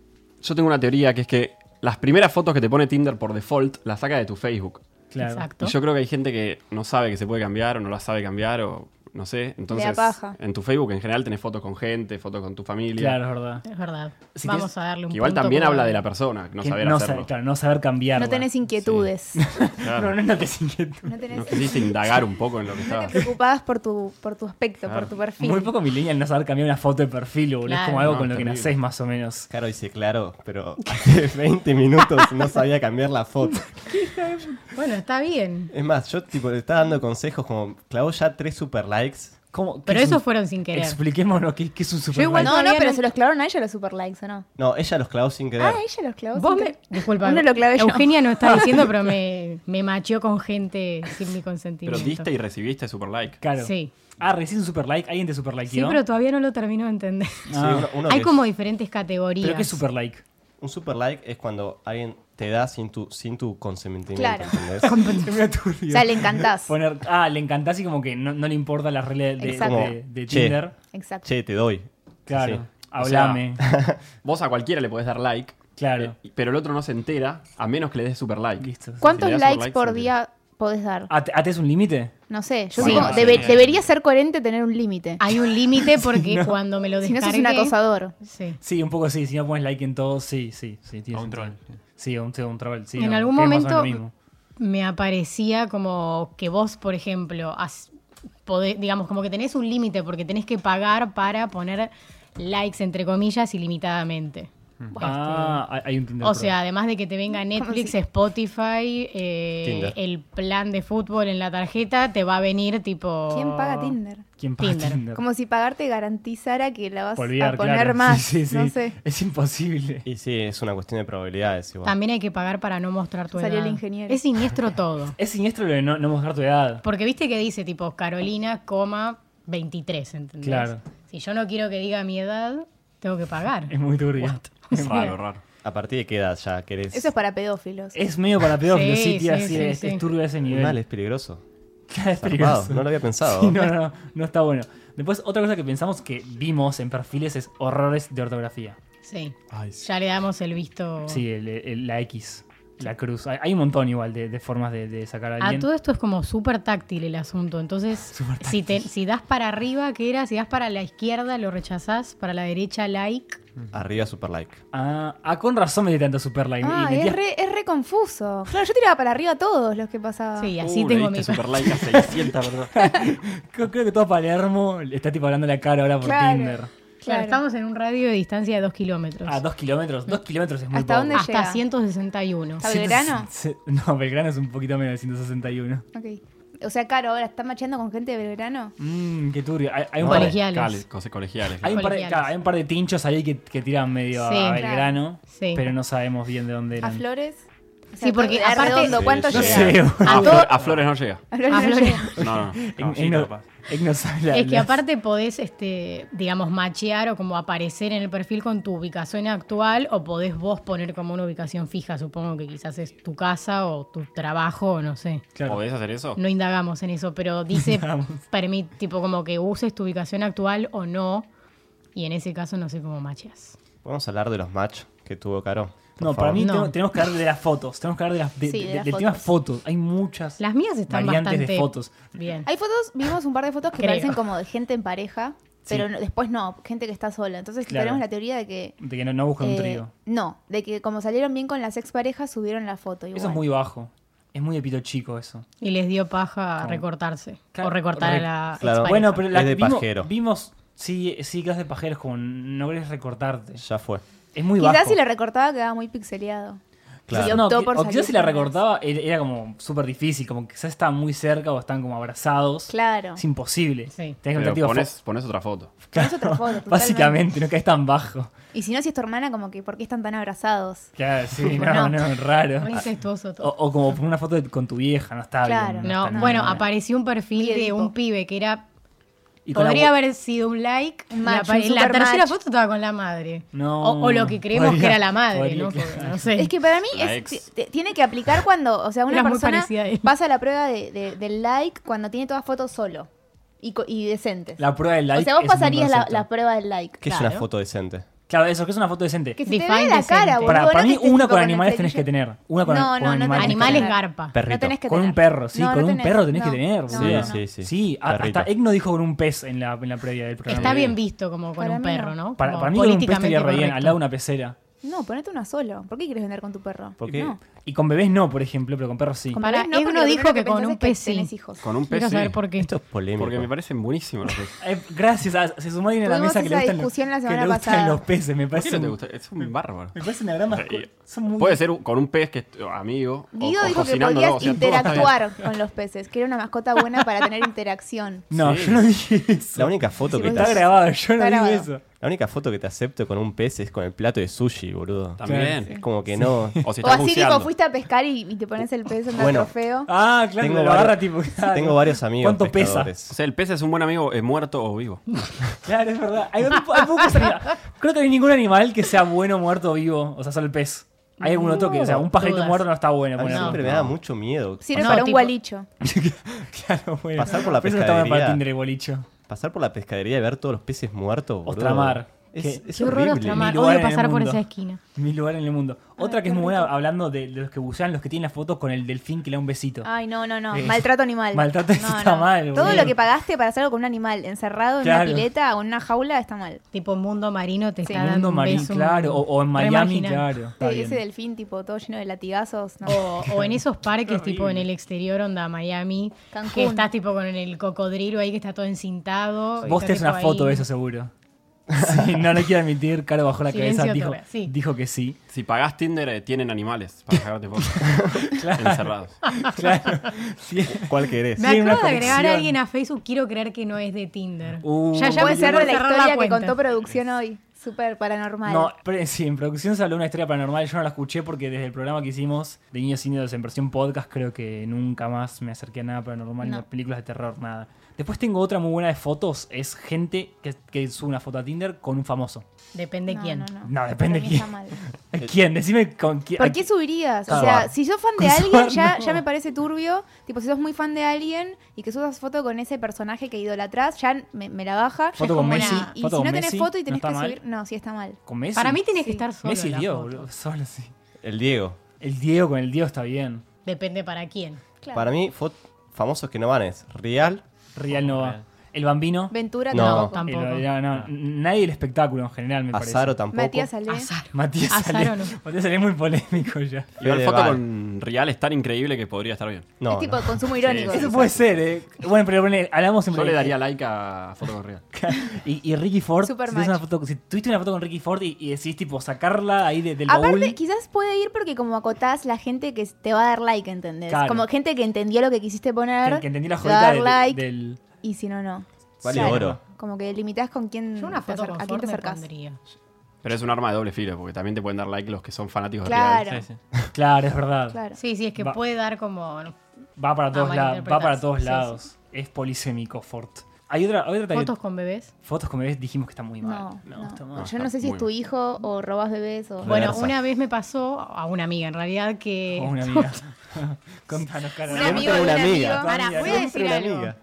[SPEAKER 8] yo tengo una teoría que es que las primeras fotos que te pone Tinder por default las saca de tu Facebook.
[SPEAKER 3] claro.
[SPEAKER 5] Exacto.
[SPEAKER 8] Y yo creo que hay gente que no sabe que se puede cambiar o no las sabe cambiar o no sé. Entonces,
[SPEAKER 4] paja.
[SPEAKER 8] en tu Facebook en general tenés fotos con gente, fotos con tu familia.
[SPEAKER 3] Claro, es verdad.
[SPEAKER 5] Es verdad.
[SPEAKER 3] Si
[SPEAKER 5] Vamos
[SPEAKER 3] tienes-
[SPEAKER 5] a darle un
[SPEAKER 8] que igual
[SPEAKER 5] punto
[SPEAKER 8] también
[SPEAKER 5] por-
[SPEAKER 8] habla de la persona, no
[SPEAKER 3] Que
[SPEAKER 8] saber
[SPEAKER 3] no,
[SPEAKER 8] hacerlo.
[SPEAKER 3] sa- claro, no saber cambiar.
[SPEAKER 4] No tenés inquietudes.
[SPEAKER 8] Claro.
[SPEAKER 3] No, no, no tenés inquietudes.
[SPEAKER 4] No tenés.
[SPEAKER 8] No quisiste indagar un poco en lo que
[SPEAKER 4] No te
[SPEAKER 8] estaba.
[SPEAKER 4] preocupás por tu, por tu aspecto,
[SPEAKER 6] Ah.
[SPEAKER 8] Claro.
[SPEAKER 4] por tu perfil.
[SPEAKER 3] Muy poco millennial no saber cambiar una foto de perfil, boludo. es
[SPEAKER 5] Claro.
[SPEAKER 3] como algo
[SPEAKER 8] No,
[SPEAKER 3] con lo que
[SPEAKER 8] terrible.
[SPEAKER 3] nacés más o menos.
[SPEAKER 6] Claro, dice, claro, pero hace 20 minutos no sabía cambiar la foto.
[SPEAKER 5] Bueno, está bien.
[SPEAKER 6] Es más, yo tipo, le estaba dando consejos como, clavó ya tres super likes.
[SPEAKER 3] ¿Cómo- qué
[SPEAKER 5] Pero
[SPEAKER 3] es un-
[SPEAKER 5] esos fueron sin querer.
[SPEAKER 3] Expliquémonos qué, qué es un super like?
[SPEAKER 5] igual
[SPEAKER 4] No, no,
[SPEAKER 5] Todavía
[SPEAKER 4] pero
[SPEAKER 5] no-
[SPEAKER 4] se los clavaron a ella los super likes, ¿o no?
[SPEAKER 6] No, ella los clavó sin querer.
[SPEAKER 4] Ah, ella los clavó.
[SPEAKER 5] Vos
[SPEAKER 4] sin
[SPEAKER 5] me...
[SPEAKER 4] querer.
[SPEAKER 5] Disculpa,
[SPEAKER 4] Uno lo clavé yo.
[SPEAKER 5] Eugenia no está diciendo, pero me, me macheó con gente sin mi
[SPEAKER 8] Pero
[SPEAKER 5] consentimiento.
[SPEAKER 8] diste y recibiste super like.
[SPEAKER 3] Claro.
[SPEAKER 5] Sí.
[SPEAKER 3] Ah, recién un super like. Alguien te super like.
[SPEAKER 5] Sí, pero todavía no lo termino de entender.
[SPEAKER 6] Sí, uno- uno
[SPEAKER 5] Hay
[SPEAKER 6] que-
[SPEAKER 5] como diferentes categorías.
[SPEAKER 3] ¿Pero qué es super like?
[SPEAKER 6] Un super like es cuando alguien te da sin tu, sin tu consentimiento,
[SPEAKER 4] Claro.
[SPEAKER 6] ¿entendés?
[SPEAKER 4] O sea, le encantás.
[SPEAKER 3] Poner, ah, le encantás y como que no, no le importa las reglas de,
[SPEAKER 4] Exacto.
[SPEAKER 3] de- de
[SPEAKER 6] Che.
[SPEAKER 3] Tinder.
[SPEAKER 4] Exacto.
[SPEAKER 6] Che, te doy.
[SPEAKER 3] Claro.
[SPEAKER 6] Sí, sí.
[SPEAKER 8] O sea,
[SPEAKER 3] Hablame.
[SPEAKER 8] Vos a cualquiera le podés dar like,
[SPEAKER 3] claro.
[SPEAKER 8] eh, pero el otro no se entera a menos que le des super like.
[SPEAKER 3] Listo. Ah,
[SPEAKER 4] ¿Cuántos
[SPEAKER 8] Si le das un
[SPEAKER 4] likes
[SPEAKER 8] like,
[SPEAKER 4] por
[SPEAKER 8] sí.
[SPEAKER 4] día podés dar?
[SPEAKER 3] ¿Ate ate es un límite?
[SPEAKER 4] No sé. Yo
[SPEAKER 8] Sí.
[SPEAKER 4] supongo-
[SPEAKER 8] Sí.
[SPEAKER 4] debe- debería ser coherente tener un límite.
[SPEAKER 5] Hay un límite porque cuando me Ah, lo
[SPEAKER 4] Si no
[SPEAKER 5] descargué...
[SPEAKER 4] sos un acosador.
[SPEAKER 5] Sí.
[SPEAKER 3] Sí, un poco sí. Si no pones like en todo, sí, sí. sí tiene
[SPEAKER 9] A un
[SPEAKER 3] sentido.
[SPEAKER 9] troll.
[SPEAKER 3] Sí, a un, sí, a un troll. sí,
[SPEAKER 5] en
[SPEAKER 3] no,
[SPEAKER 5] algún
[SPEAKER 3] que es más o menos
[SPEAKER 5] momento
[SPEAKER 3] lo mismo.
[SPEAKER 5] me aparecía como que vos, por ejemplo, has- podé- digamos, como que tenés un límite porque tenés que pagar para poner likes, entre comillas, ilimitadamente.
[SPEAKER 4] este,
[SPEAKER 3] Ah, hay- hay un Tinder
[SPEAKER 5] O
[SPEAKER 3] Pro.
[SPEAKER 5] sea, además de que te venga Netflix, Spotify, eh,
[SPEAKER 6] Tinder.
[SPEAKER 5] el plan de fútbol en la tarjeta, te va a venir tipo...
[SPEAKER 4] ¿Quién paga Tinder?
[SPEAKER 3] ¿Quién paga
[SPEAKER 5] Tinder.
[SPEAKER 3] Tinder?
[SPEAKER 4] Como si pagarte garantizara que la vas
[SPEAKER 3] Olvidar,
[SPEAKER 4] a poner
[SPEAKER 3] claro.
[SPEAKER 4] más.
[SPEAKER 3] Sí, sí,
[SPEAKER 4] No
[SPEAKER 3] sí.
[SPEAKER 4] sé.
[SPEAKER 3] Es imposible.
[SPEAKER 6] Y sí, es una cuestión de probabilidades igual.
[SPEAKER 5] También hay que pagar para no mostrar tu
[SPEAKER 4] Salió el
[SPEAKER 5] edad.
[SPEAKER 4] ingeniero.
[SPEAKER 5] Es siniestro todo.
[SPEAKER 3] Es siniestro lo de no, no mostrar tu edad.
[SPEAKER 5] Porque viste que dice tipo Carolina, coma 23, ¿entendés?
[SPEAKER 3] Claro.
[SPEAKER 5] Si yo no quiero que diga mi edad, tengo que pagar.
[SPEAKER 3] Es muy turbio.
[SPEAKER 8] Es raro, raro.
[SPEAKER 6] ¿A partir de qué edad ya querés?
[SPEAKER 4] Eso es para pedófilos.
[SPEAKER 3] Es medio para pedófilos, sí,
[SPEAKER 5] Sí,
[SPEAKER 3] tía, sí,
[SPEAKER 5] sí, sí,
[SPEAKER 3] es,
[SPEAKER 5] sí.
[SPEAKER 3] es turbio a ese nivel.
[SPEAKER 6] Mal, es peligroso.
[SPEAKER 3] Claro, es
[SPEAKER 6] Zarpado,
[SPEAKER 3] peligroso.
[SPEAKER 6] No lo había pensado.
[SPEAKER 3] Sí, no, no, no, no está bueno. Después, otra cosa que pensamos que vimos en perfiles es horrores de ortografía.
[SPEAKER 5] Sí. Ya le damos el visto.
[SPEAKER 4] Oh.
[SPEAKER 3] Sí, el- el- la X, la cruz. Hay, hay un montón igual de, de formas de, de
[SPEAKER 4] Ah,
[SPEAKER 3] sacar a
[SPEAKER 5] A
[SPEAKER 3] alguien.
[SPEAKER 5] todo esto es como súper táctil el asunto. Entonces, si, te, si das para arriba, ¿qué era? Si das para la izquierda, lo rechazás. Para la derecha, like.
[SPEAKER 6] Arriba super like.
[SPEAKER 3] Ah, ah, con razón me di tanto super like.
[SPEAKER 4] Ah,
[SPEAKER 3] y
[SPEAKER 4] es
[SPEAKER 3] metías-
[SPEAKER 4] re, es re confuso. Claro, yo tiraba para arriba a todos los que pasaba.
[SPEAKER 5] Sí, así
[SPEAKER 8] Uh, le
[SPEAKER 5] tengo mi.
[SPEAKER 8] diste super like a 600, ¿verdad?
[SPEAKER 3] creo, creo que todo Palermo le está tipo hablando la cara ahora por
[SPEAKER 4] Claro.
[SPEAKER 3] Tinder.
[SPEAKER 5] Claro,
[SPEAKER 4] Claro.
[SPEAKER 5] estamos en un radio de distancia de 2 kilómetros.
[SPEAKER 3] Ah, dos kilómetros. Dos kilómetros es muy
[SPEAKER 4] ¿Hasta
[SPEAKER 3] poco.
[SPEAKER 4] dónde
[SPEAKER 5] Hasta
[SPEAKER 4] llega?
[SPEAKER 5] 161.
[SPEAKER 4] ¿Hasta Belgrano?
[SPEAKER 3] Se- No, Belgrano es un poquito menos, 161.
[SPEAKER 4] Ok. O sea, Caro, ahora está macheando con gente de Belgrano.
[SPEAKER 3] Mmm, qué turbio. Hay, hay un par de,
[SPEAKER 5] Colegiales.
[SPEAKER 8] Cale- cosas colegiales.
[SPEAKER 3] hay un par de-
[SPEAKER 5] Colegiales.
[SPEAKER 3] claro, hay un par de tinchos ahí que, que tiran medio
[SPEAKER 5] Sí,
[SPEAKER 3] a
[SPEAKER 5] claro.
[SPEAKER 3] Belgrano,
[SPEAKER 5] Sí.
[SPEAKER 3] pero no sabemos bien de dónde
[SPEAKER 4] A
[SPEAKER 3] eran.
[SPEAKER 4] Flores. O
[SPEAKER 5] Sí, porque
[SPEAKER 4] a
[SPEAKER 5] aparte-
[SPEAKER 4] Redondo, ¿cuánto
[SPEAKER 6] Sí,
[SPEAKER 3] no
[SPEAKER 4] llega?
[SPEAKER 3] sé, boludo.
[SPEAKER 8] A,
[SPEAKER 5] A
[SPEAKER 8] Flor-
[SPEAKER 5] todo-
[SPEAKER 8] a Flores no llega.
[SPEAKER 4] A Flores
[SPEAKER 5] A
[SPEAKER 4] no
[SPEAKER 5] Flores.
[SPEAKER 4] llega.
[SPEAKER 8] No, no. no.
[SPEAKER 3] Egn-
[SPEAKER 9] sí,
[SPEAKER 3] Egno-
[SPEAKER 9] capaz.
[SPEAKER 3] Egno sabe la-
[SPEAKER 5] Es que
[SPEAKER 3] las-
[SPEAKER 5] aparte podés, este, digamos, machear o como aparecer en el perfil con tu ubicación actual o podés vos poner como una ubicación fija, supongo que quizás es tu casa o tu trabajo o no sé.
[SPEAKER 3] Claro.
[SPEAKER 8] ¿Podés hacer eso?
[SPEAKER 5] No indagamos en eso, pero dice,
[SPEAKER 3] Indagamos.
[SPEAKER 5] permite, tipo como que uses tu ubicación actual o no. Y en ese caso no sé cómo macheas.
[SPEAKER 6] Podemos hablar de los match que tuvo Caro. por
[SPEAKER 3] No, para
[SPEAKER 6] favor?
[SPEAKER 3] mí
[SPEAKER 5] No.
[SPEAKER 3] tengo- tenemos que hablar de las fotos. Tenemos que hablar de las, de,
[SPEAKER 4] Sí, de
[SPEAKER 3] de-
[SPEAKER 4] las
[SPEAKER 3] del tema fotos. Hay muchas
[SPEAKER 5] Las mías están
[SPEAKER 3] variantes
[SPEAKER 5] bastante
[SPEAKER 3] de fotos.
[SPEAKER 5] bien.
[SPEAKER 4] Hay fotos, vimos un par de fotos que
[SPEAKER 5] Creo.
[SPEAKER 4] parecen como de gente en pareja, pero
[SPEAKER 3] Sí.
[SPEAKER 4] no- después no, gente que está sola. Entonces
[SPEAKER 3] Claro.
[SPEAKER 4] tenemos la teoría de que...
[SPEAKER 3] De que no, no buscan un
[SPEAKER 4] eh,
[SPEAKER 3] trío.
[SPEAKER 4] no, de que como salieron bien con las exparejas, subieron la foto.
[SPEAKER 3] Eso es muy bajo. Es muy de pito chico eso.
[SPEAKER 5] Y les dio paja recortarse.
[SPEAKER 3] Claro.
[SPEAKER 5] O recortar
[SPEAKER 3] Re-
[SPEAKER 4] Ah,
[SPEAKER 5] a la
[SPEAKER 6] claro.
[SPEAKER 5] expareja.
[SPEAKER 3] Bueno, pero la,
[SPEAKER 6] Es de
[SPEAKER 3] vimos,
[SPEAKER 6] pajero.
[SPEAKER 3] vimos sí, sí que es de pajeros como no querés recortarte.
[SPEAKER 6] Ya fue.
[SPEAKER 3] Es muy
[SPEAKER 4] Quizás
[SPEAKER 3] bajo.
[SPEAKER 4] si la recortaba quedaba muy pixeleado.
[SPEAKER 6] Claro.
[SPEAKER 4] Y optó
[SPEAKER 3] No, qui-
[SPEAKER 4] por
[SPEAKER 3] o quizás
[SPEAKER 4] salir
[SPEAKER 3] si la
[SPEAKER 4] con eso.
[SPEAKER 3] recortaba era era como súper difícil, como que quizás estaban muy cerca o están como abrazados.
[SPEAKER 4] Claro.
[SPEAKER 3] Es imposible.
[SPEAKER 5] Sí.
[SPEAKER 3] Tenés que meter,
[SPEAKER 8] Pero
[SPEAKER 3] tipo,
[SPEAKER 8] pones, pones otra foto.
[SPEAKER 3] fo-
[SPEAKER 4] Pones otra foto, totalmente.
[SPEAKER 3] Básicamente, no caes tan bajo.
[SPEAKER 4] Y si no, si es tu hermana, como que, ¿por qué están tan abrazados?
[SPEAKER 3] Claro, sí, no,
[SPEAKER 4] Bueno.
[SPEAKER 3] no, raro.
[SPEAKER 5] Re incestuoso todo.
[SPEAKER 3] O, o como poner una foto de- con tu vieja, Oh, no está
[SPEAKER 4] Claro.
[SPEAKER 3] bien.
[SPEAKER 5] No,
[SPEAKER 3] está
[SPEAKER 5] bueno,
[SPEAKER 3] bien.
[SPEAKER 5] apareció un perfil
[SPEAKER 4] Muy
[SPEAKER 5] de
[SPEAKER 4] Edipo.
[SPEAKER 5] un pibe que era.
[SPEAKER 3] Y con la
[SPEAKER 5] Podría
[SPEAKER 3] abue-
[SPEAKER 5] haber sido un like.
[SPEAKER 4] Un
[SPEAKER 5] la
[SPEAKER 4] match,
[SPEAKER 5] pa-
[SPEAKER 4] un
[SPEAKER 5] la
[SPEAKER 4] super
[SPEAKER 5] tercera
[SPEAKER 4] match.
[SPEAKER 5] foto estaba con la madre.
[SPEAKER 3] No.
[SPEAKER 5] O, o lo que creemos
[SPEAKER 3] Podría-
[SPEAKER 5] que era la madre,
[SPEAKER 3] podría,
[SPEAKER 5] ¿no?
[SPEAKER 3] claro.
[SPEAKER 5] Porque no sé.
[SPEAKER 4] Es que para mí
[SPEAKER 8] La
[SPEAKER 4] es-
[SPEAKER 8] ex.
[SPEAKER 4] t- tiene que aplicar cuando, o sea, una
[SPEAKER 5] Eras muy
[SPEAKER 4] persona
[SPEAKER 5] parecida a él.
[SPEAKER 4] pasa la prueba de- de- del like cuando tiene todas fotos solo y, co- y decentes.
[SPEAKER 3] La prueba del like.
[SPEAKER 4] o sea,
[SPEAKER 3] es
[SPEAKER 4] vos
[SPEAKER 3] un buen
[SPEAKER 4] pasarías la,
[SPEAKER 3] concepto.
[SPEAKER 4] la prueba del like.
[SPEAKER 6] ¿Qué es
[SPEAKER 4] Claro.
[SPEAKER 6] una foto decente?
[SPEAKER 3] Claro, eso, que es una foto decente.
[SPEAKER 4] Que se te
[SPEAKER 5] Define
[SPEAKER 4] ve la
[SPEAKER 5] decente.
[SPEAKER 4] cara, boludo.
[SPEAKER 3] Para,
[SPEAKER 4] no
[SPEAKER 3] para
[SPEAKER 4] te
[SPEAKER 3] mí,
[SPEAKER 4] estés
[SPEAKER 3] una
[SPEAKER 4] tipo
[SPEAKER 3] con
[SPEAKER 4] el
[SPEAKER 3] animales tenés que
[SPEAKER 4] flequillo.
[SPEAKER 3] tener. Una con,
[SPEAKER 4] No, no,
[SPEAKER 3] con
[SPEAKER 4] no
[SPEAKER 3] animales.
[SPEAKER 4] tenés que
[SPEAKER 5] Animales
[SPEAKER 4] tener.
[SPEAKER 5] garpa.
[SPEAKER 6] Perrito.
[SPEAKER 4] No tenés que
[SPEAKER 3] Con un
[SPEAKER 4] tener.
[SPEAKER 3] perro, sí,
[SPEAKER 4] No, no
[SPEAKER 3] con un
[SPEAKER 4] tenés.
[SPEAKER 3] perro tenés
[SPEAKER 4] No,
[SPEAKER 3] que tener.
[SPEAKER 4] no,
[SPEAKER 3] boludo.
[SPEAKER 6] Sí,
[SPEAKER 4] no, no.
[SPEAKER 6] sí, sí.
[SPEAKER 3] Sí, a-
[SPEAKER 6] Perrito.
[SPEAKER 3] hasta Egno dijo con un pez en la, en la previa del programa.
[SPEAKER 5] Está bien visto como con
[SPEAKER 4] Para
[SPEAKER 5] un
[SPEAKER 4] mí no.
[SPEAKER 5] perro, ¿no?
[SPEAKER 3] Para,
[SPEAKER 5] Como
[SPEAKER 3] para mí con un pez
[SPEAKER 5] políticamente
[SPEAKER 3] estaría re bien,
[SPEAKER 5] correcto.
[SPEAKER 3] al lado de una pecera.
[SPEAKER 4] No, ponete una solo. ¿Por qué quieres vender con tu perro?
[SPEAKER 6] Porque
[SPEAKER 4] No.
[SPEAKER 3] Y con bebés no, por ejemplo, pero con perros sí.
[SPEAKER 4] Con
[SPEAKER 5] Pará,
[SPEAKER 4] bebés no,
[SPEAKER 5] Egno
[SPEAKER 4] porque lo
[SPEAKER 5] dijo
[SPEAKER 4] primero
[SPEAKER 5] que con
[SPEAKER 4] pensás
[SPEAKER 5] un
[SPEAKER 4] es
[SPEAKER 5] pez sí.
[SPEAKER 4] tenés hijos.
[SPEAKER 8] Con un pez.
[SPEAKER 5] Quiero saber
[SPEAKER 8] sí.
[SPEAKER 5] por qué.
[SPEAKER 6] Esto es polémico.
[SPEAKER 8] Porque me parecen buenísimos los peces.
[SPEAKER 3] Eh, gracias, a- se sumó alguien a la
[SPEAKER 4] Tuvimos
[SPEAKER 3] mesa que le
[SPEAKER 4] esa
[SPEAKER 3] gustan,
[SPEAKER 4] discusión la
[SPEAKER 3] los, que
[SPEAKER 4] semana
[SPEAKER 3] le gustan
[SPEAKER 4] pasada.
[SPEAKER 3] los peces. Me
[SPEAKER 8] ¿Por qué
[SPEAKER 3] parece,
[SPEAKER 8] no te
[SPEAKER 3] un-
[SPEAKER 8] gusta? Es un bárbaro.
[SPEAKER 3] me parece una gran mascota. Son muy-
[SPEAKER 8] Puede ser un- con un pez que est- amigo. o-
[SPEAKER 4] Guido dijo
[SPEAKER 8] o
[SPEAKER 4] que
[SPEAKER 8] cocinándolo,
[SPEAKER 4] podías
[SPEAKER 8] o sea, todo está bien.
[SPEAKER 4] interactuar con los peces, que era una mascota buena para tener interacción.
[SPEAKER 3] No,
[SPEAKER 8] Sí.
[SPEAKER 3] yo no dije eso.
[SPEAKER 6] La única foto
[SPEAKER 4] Sí,
[SPEAKER 6] que
[SPEAKER 4] vos
[SPEAKER 6] te
[SPEAKER 3] Está
[SPEAKER 4] estás-
[SPEAKER 6] ac-
[SPEAKER 3] grabado, yo no
[SPEAKER 4] Está
[SPEAKER 3] dije
[SPEAKER 4] grabado.
[SPEAKER 3] eso.
[SPEAKER 6] la única foto que te acepto con un pez es con el plato de sushi, boludo.
[SPEAKER 8] También.
[SPEAKER 6] Es como que no.
[SPEAKER 8] O si
[SPEAKER 4] O
[SPEAKER 8] estás
[SPEAKER 4] así, tipo,
[SPEAKER 8] buceando.
[SPEAKER 4] fuiste a pescar y, y te pones el pez en el
[SPEAKER 6] Bueno.
[SPEAKER 4] trofeo.
[SPEAKER 3] Ah, claro,
[SPEAKER 6] Tengo
[SPEAKER 3] la
[SPEAKER 6] varios-
[SPEAKER 3] barra tipo. claro.
[SPEAKER 6] Tengo varios amigos.
[SPEAKER 3] ¿Cuánto pesa?
[SPEAKER 6] pescadores.
[SPEAKER 8] O sea, el pez es un buen amigo eh, muerto o vivo.
[SPEAKER 3] Claro, es verdad. Hay, otro- hay pocos animales. Creo que no hay ningún animal que sea bueno, muerto o vivo. O sea, solo el pez. Hay algún otro que, o sea, un pajarito
[SPEAKER 5] Dudas.
[SPEAKER 3] muerto no está bueno.
[SPEAKER 6] A mí
[SPEAKER 3] ponerlo.
[SPEAKER 6] siempre me da mucho miedo.
[SPEAKER 4] Sirve
[SPEAKER 5] No,
[SPEAKER 4] para un
[SPEAKER 5] tipo-
[SPEAKER 4] gualicho.
[SPEAKER 3] Claro, bueno.
[SPEAKER 6] Pasar por la
[SPEAKER 3] Eso no está bueno para
[SPEAKER 6] pescadería.
[SPEAKER 3] Tinder y bolicho.
[SPEAKER 6] Pasar por la pescadería y ver todos los peces muertos, boludo.
[SPEAKER 3] Ostramar.
[SPEAKER 6] Es,
[SPEAKER 3] Qué-
[SPEAKER 6] es
[SPEAKER 5] Qué horror
[SPEAKER 6] horrible.
[SPEAKER 5] Ostramar.
[SPEAKER 3] Mi lugar
[SPEAKER 5] Odio
[SPEAKER 3] en el
[SPEAKER 5] pasar por
[SPEAKER 3] mundo.
[SPEAKER 5] esa esquina.
[SPEAKER 3] Mi lugar en el mundo. Otra que es muy buena, hablando de, de los que bucean, los que tienen las fotos con el delfín que le da un besito.
[SPEAKER 4] Ay, no, no, no.
[SPEAKER 3] Eh,
[SPEAKER 4] Maltrato animal.
[SPEAKER 3] maltrato
[SPEAKER 4] No,
[SPEAKER 3] está
[SPEAKER 4] no.
[SPEAKER 3] mal,
[SPEAKER 4] Todo
[SPEAKER 3] boludo.
[SPEAKER 4] lo que pagaste para hacer algo con un animal encerrado en
[SPEAKER 3] Claro.
[SPEAKER 4] una pileta o en una jaula está mal.
[SPEAKER 5] Tipo mundo marino te
[SPEAKER 4] Sí.
[SPEAKER 5] está
[SPEAKER 3] El mundo
[SPEAKER 5] dando un
[SPEAKER 3] marino,
[SPEAKER 5] beso,
[SPEAKER 3] claro. O, o en Miami,
[SPEAKER 5] reimaginar.
[SPEAKER 3] claro. Está
[SPEAKER 4] Ese-
[SPEAKER 3] bien.
[SPEAKER 4] Ese delfín, tipo, todo lleno de latigazos. No.
[SPEAKER 5] O, o en esos parques, tipo en el exterior, onda Miami,
[SPEAKER 4] Cancún.
[SPEAKER 5] que estás tipo con el cocodrilo ahí que está todo encintado.
[SPEAKER 3] Vos
[SPEAKER 5] está,
[SPEAKER 3] tenés
[SPEAKER 5] tipo,
[SPEAKER 3] una foto
[SPEAKER 5] ahí.
[SPEAKER 3] de eso seguro. Sí, no le quiero admitir, Caro bajó la
[SPEAKER 5] Silencio
[SPEAKER 3] cabeza, dijo,
[SPEAKER 5] total, sí.
[SPEAKER 3] dijo que sí.
[SPEAKER 8] Si pagás Tinder, eh, tienen animales para pagarte fotos. Encerrados.
[SPEAKER 3] Claro. Sí.
[SPEAKER 6] ¿Cuál querés?
[SPEAKER 5] Me
[SPEAKER 3] Sí, una
[SPEAKER 5] acabo de agregar a
[SPEAKER 3] conexión.
[SPEAKER 5] alguien a Facebook, quiero creer que no es de Tinder.
[SPEAKER 3] Uh.
[SPEAKER 4] Puede
[SPEAKER 5] me
[SPEAKER 4] ser
[SPEAKER 5] voy
[SPEAKER 4] de la
[SPEAKER 5] a cerrar
[SPEAKER 4] historia que
[SPEAKER 5] cuenta.
[SPEAKER 4] contó producción hoy. Súper paranormal.
[SPEAKER 3] No, pero sí, en producción se habló de una historia paranormal, yo no la escuché porque desde el programa que hicimos de Niños Indios en versión podcast creo que nunca más me acerqué a nada paranormal, ni
[SPEAKER 4] No.
[SPEAKER 3] a películas de terror, nada. Después tengo otra muy buena de fotos, es gente que, que sube una foto a Tinder con un famoso.
[SPEAKER 5] Depende
[SPEAKER 4] No,
[SPEAKER 5] quién.
[SPEAKER 4] No, no.
[SPEAKER 3] No, depende
[SPEAKER 4] Para mí
[SPEAKER 3] quién.
[SPEAKER 4] está mal.
[SPEAKER 3] ¿Quién? Decime con quién.
[SPEAKER 4] ¿Por qué subirías? O
[SPEAKER 3] Claro.
[SPEAKER 4] sea, si sos fan de
[SPEAKER 3] Con
[SPEAKER 4] alguien, ya,
[SPEAKER 3] Suar, no.
[SPEAKER 4] ya me parece turbio. Tipo, si sos muy fan de alguien y que subas foto con ese personaje que idolatrás, ya me, me la baja.
[SPEAKER 3] Foto con
[SPEAKER 5] como
[SPEAKER 3] Messi.
[SPEAKER 5] una-
[SPEAKER 4] Y
[SPEAKER 3] foto
[SPEAKER 4] si
[SPEAKER 3] con
[SPEAKER 4] no tenés
[SPEAKER 3] Messi,
[SPEAKER 4] foto y tenés
[SPEAKER 3] ¿no
[SPEAKER 4] que
[SPEAKER 3] está mal?
[SPEAKER 4] subir. No, sí está mal.
[SPEAKER 3] Con Messi.
[SPEAKER 5] Para mí tienes
[SPEAKER 4] Sí.
[SPEAKER 5] que estar solo.
[SPEAKER 3] Messi
[SPEAKER 5] en
[SPEAKER 3] es
[SPEAKER 5] la
[SPEAKER 3] Dios,
[SPEAKER 5] foto.
[SPEAKER 3] boludo, solo sí.
[SPEAKER 6] El Diego.
[SPEAKER 3] El Diego con el Diego está bien.
[SPEAKER 5] Depende para quién.
[SPEAKER 4] Claro.
[SPEAKER 6] Para mí, fo- famosos que no van es Real.
[SPEAKER 3] Real no va. El Bambino.
[SPEAKER 4] Ventura
[SPEAKER 6] No.
[SPEAKER 4] tampoco.
[SPEAKER 5] Tam- Tampoco.
[SPEAKER 3] El- no, no, nadie del espectáculo en general, me parece.
[SPEAKER 6] Azaro tampoco.
[SPEAKER 4] Matías Ale.
[SPEAKER 6] Ah,
[SPEAKER 5] Azar.
[SPEAKER 3] Matías
[SPEAKER 5] Azaro
[SPEAKER 3] Ale-
[SPEAKER 5] no.
[SPEAKER 3] Matías Ale es muy polémico ya.
[SPEAKER 8] Igual
[SPEAKER 6] Fede
[SPEAKER 8] foto
[SPEAKER 6] Val.
[SPEAKER 8] con Real es tan increíble que podría estar bien.
[SPEAKER 6] No,
[SPEAKER 4] es tipo
[SPEAKER 6] no.
[SPEAKER 4] de consumo irónico.
[SPEAKER 8] Sí, sí,
[SPEAKER 3] Eso
[SPEAKER 8] sí.
[SPEAKER 3] puede ser, ¿eh? Bueno, pero ponele, hablamos en
[SPEAKER 8] Yo le daría like a foto con Real.
[SPEAKER 3] Y, y Ricky Ford, si,
[SPEAKER 4] Super
[SPEAKER 3] tenés una
[SPEAKER 4] match.
[SPEAKER 3] foto- si tuviste una foto con Ricky Ford y, y decidís tipo sacarla ahí de- del
[SPEAKER 4] Aparte,
[SPEAKER 3] baúl.
[SPEAKER 4] quizás puede ir porque como acotás la gente que te va a dar like, ¿entendés?
[SPEAKER 3] Claro.
[SPEAKER 4] Como gente que entendió lo que quisiste poner.
[SPEAKER 3] Que, que entendí la
[SPEAKER 4] te va a
[SPEAKER 3] jodita
[SPEAKER 4] dar
[SPEAKER 3] del-
[SPEAKER 4] like
[SPEAKER 3] del.
[SPEAKER 4] y si no, no.
[SPEAKER 6] Vale
[SPEAKER 4] Claro.
[SPEAKER 6] oro.
[SPEAKER 4] Como que limitás con quién
[SPEAKER 5] Yo una
[SPEAKER 4] Mm, te
[SPEAKER 5] foto
[SPEAKER 4] acer-
[SPEAKER 5] con
[SPEAKER 4] a quién
[SPEAKER 5] Ford
[SPEAKER 4] te
[SPEAKER 5] me
[SPEAKER 4] acercás.
[SPEAKER 5] pondría.
[SPEAKER 8] Pero es un arma de doble filo, porque también te pueden dar like los que son fanáticos de
[SPEAKER 4] Claro.
[SPEAKER 8] Real.
[SPEAKER 3] Claro, es verdad.
[SPEAKER 4] Claro.
[SPEAKER 5] Sí, sí, es que
[SPEAKER 3] Va.
[SPEAKER 5] puede dar como no,
[SPEAKER 3] Va para todos
[SPEAKER 5] Ah,
[SPEAKER 3] lados. Va para todos
[SPEAKER 5] malinterpretás. Sí,
[SPEAKER 3] lados. Es polisémico Ford. Hay otra, hay otra que-
[SPEAKER 5] fotos con bebés.
[SPEAKER 3] fotos con bebés dijimos que está muy mal.
[SPEAKER 4] No,
[SPEAKER 3] No, está
[SPEAKER 4] no.
[SPEAKER 3] mal.
[SPEAKER 4] Yo no sé si
[SPEAKER 8] Muy
[SPEAKER 4] es tu
[SPEAKER 8] mal.
[SPEAKER 4] hijo o robás bebés o...
[SPEAKER 5] Bueno,
[SPEAKER 6] Reversa.
[SPEAKER 5] una vez me pasó a una amiga en realidad que
[SPEAKER 3] O una amiga. Contanos, cara.
[SPEAKER 4] Un amigo de
[SPEAKER 6] una
[SPEAKER 4] un
[SPEAKER 6] amiga.
[SPEAKER 4] amigo.
[SPEAKER 5] Pará, voy a decir
[SPEAKER 6] una
[SPEAKER 5] algo.
[SPEAKER 6] amiga.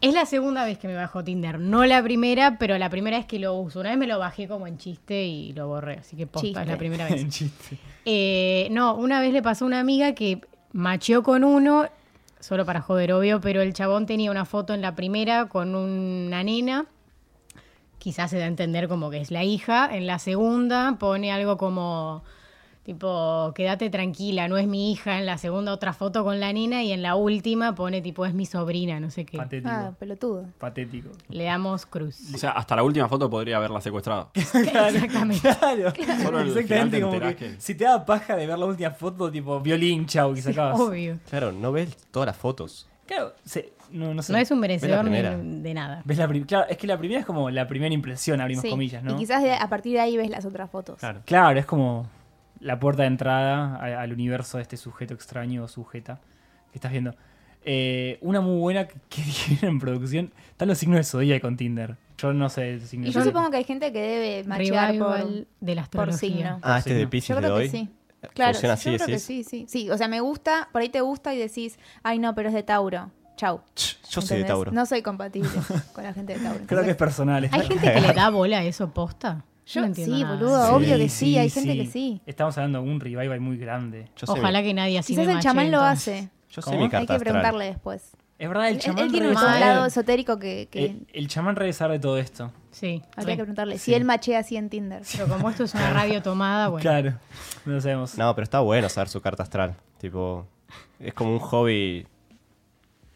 [SPEAKER 5] Es la segunda vez que me bajo Tinder, no la primera, pero la primera vez que lo uso. Una vez me lo bajé como en chiste y lo borré, así que posta, es
[SPEAKER 4] Chiste.
[SPEAKER 5] la primera vez.
[SPEAKER 3] En chiste.
[SPEAKER 5] Eh, no, una vez le pasó a una amiga que macheó con uno, solo para joder, obvio, pero el chabón tenía una foto en la primera con una nena. Quizás se da a entender como que es la hija. En la segunda pone algo como, tipo, quédate tranquila, no es mi hija. En la segunda otra foto con la nena y en la última pone, tipo, es mi sobrina, no sé qué.
[SPEAKER 3] Patético.
[SPEAKER 4] Ah, pelotudo.
[SPEAKER 3] Patético.
[SPEAKER 5] Le damos cruz.
[SPEAKER 8] O sea, hasta la última foto podría haberla secuestrado.
[SPEAKER 5] Exactamente.
[SPEAKER 3] Claro.
[SPEAKER 8] Solo en el final
[SPEAKER 3] Exactamente
[SPEAKER 8] te
[SPEAKER 3] como
[SPEAKER 8] enterás
[SPEAKER 3] que,
[SPEAKER 8] que-
[SPEAKER 3] si te da paja de ver la última foto, tipo violín, chau, que sacabas.
[SPEAKER 5] Obvio.
[SPEAKER 6] Claro, no ves todas las fotos.
[SPEAKER 3] Claro, se- no, no sé.
[SPEAKER 5] No es un merecedor ni-
[SPEAKER 6] primera.
[SPEAKER 5] de nada.
[SPEAKER 3] ¿Ves la prim- claro, es que la primera es como la primera impresión, abrimos
[SPEAKER 4] Sí.
[SPEAKER 3] comillas, ¿no?
[SPEAKER 4] Y quizás de- a partir de ahí ves las otras fotos.
[SPEAKER 3] Claro. Claro, es como la puerta de entrada a- al universo de este sujeto extraño o sujeta que estás viendo. Eh, una muy buena que, que dijeron en producción, están los signos de Zodíaco con Tinder. Yo no sé de signos
[SPEAKER 4] Y
[SPEAKER 3] de
[SPEAKER 4] yo
[SPEAKER 3] Zodíaco.
[SPEAKER 4] supongo que hay gente que debe machear por...
[SPEAKER 5] Revival de la
[SPEAKER 4] por
[SPEAKER 5] astrología.
[SPEAKER 4] signo.
[SPEAKER 6] Ah, este es de Pisces
[SPEAKER 4] Yo
[SPEAKER 6] de
[SPEAKER 4] creo
[SPEAKER 6] hoy.
[SPEAKER 4] que sí. Claro,
[SPEAKER 6] Funciona
[SPEAKER 4] sí,
[SPEAKER 6] así,
[SPEAKER 4] yo creo que
[SPEAKER 6] decís.
[SPEAKER 4] sí, sí. Sí, o sea, me gusta, por ahí te gusta y decís, ay no, pero es de Tauro. Chau.
[SPEAKER 6] Ch, Yo soy de
[SPEAKER 4] ¿Entendés?
[SPEAKER 6] Tauro.
[SPEAKER 4] No soy compatible con la gente de Tauro.
[SPEAKER 3] Creo que es personal.
[SPEAKER 5] Hay gente que le da bola a eso posta. Yo no entiendo
[SPEAKER 4] sí,
[SPEAKER 5] nada.
[SPEAKER 4] boludo, obvio que sí,
[SPEAKER 3] Sí,
[SPEAKER 4] hay gente que sí.
[SPEAKER 3] Estamos hablando de un revival muy grande.
[SPEAKER 6] Yo sé
[SPEAKER 5] Ojalá
[SPEAKER 6] mi-
[SPEAKER 5] que nadie así
[SPEAKER 4] Quizás
[SPEAKER 5] me
[SPEAKER 4] el
[SPEAKER 5] mache,
[SPEAKER 4] chamán lo
[SPEAKER 5] entonces.
[SPEAKER 4] hace.
[SPEAKER 6] Yo sé
[SPEAKER 3] ¿Cómo?
[SPEAKER 6] mi
[SPEAKER 3] Hay
[SPEAKER 6] carta
[SPEAKER 4] Hay que
[SPEAKER 6] astral.
[SPEAKER 4] preguntarle después.
[SPEAKER 3] Es verdad, el
[SPEAKER 4] Él, él
[SPEAKER 3] chamán
[SPEAKER 4] tiene
[SPEAKER 3] re
[SPEAKER 4] un
[SPEAKER 5] debe saber.
[SPEAKER 4] lado esotérico que, que
[SPEAKER 3] El, el chamán re debe saber de todo esto.
[SPEAKER 5] Sí.
[SPEAKER 4] habría
[SPEAKER 5] re.
[SPEAKER 4] que preguntarle.
[SPEAKER 3] Eh, Sí.
[SPEAKER 4] Si él machea así en Tinder.
[SPEAKER 5] Pero como esto es una radio tomada,
[SPEAKER 4] Ah,
[SPEAKER 5] bueno.
[SPEAKER 3] Claro. No lo sabemos.
[SPEAKER 6] No, pero está bueno saber su carta astral. Tipo, es como un hobby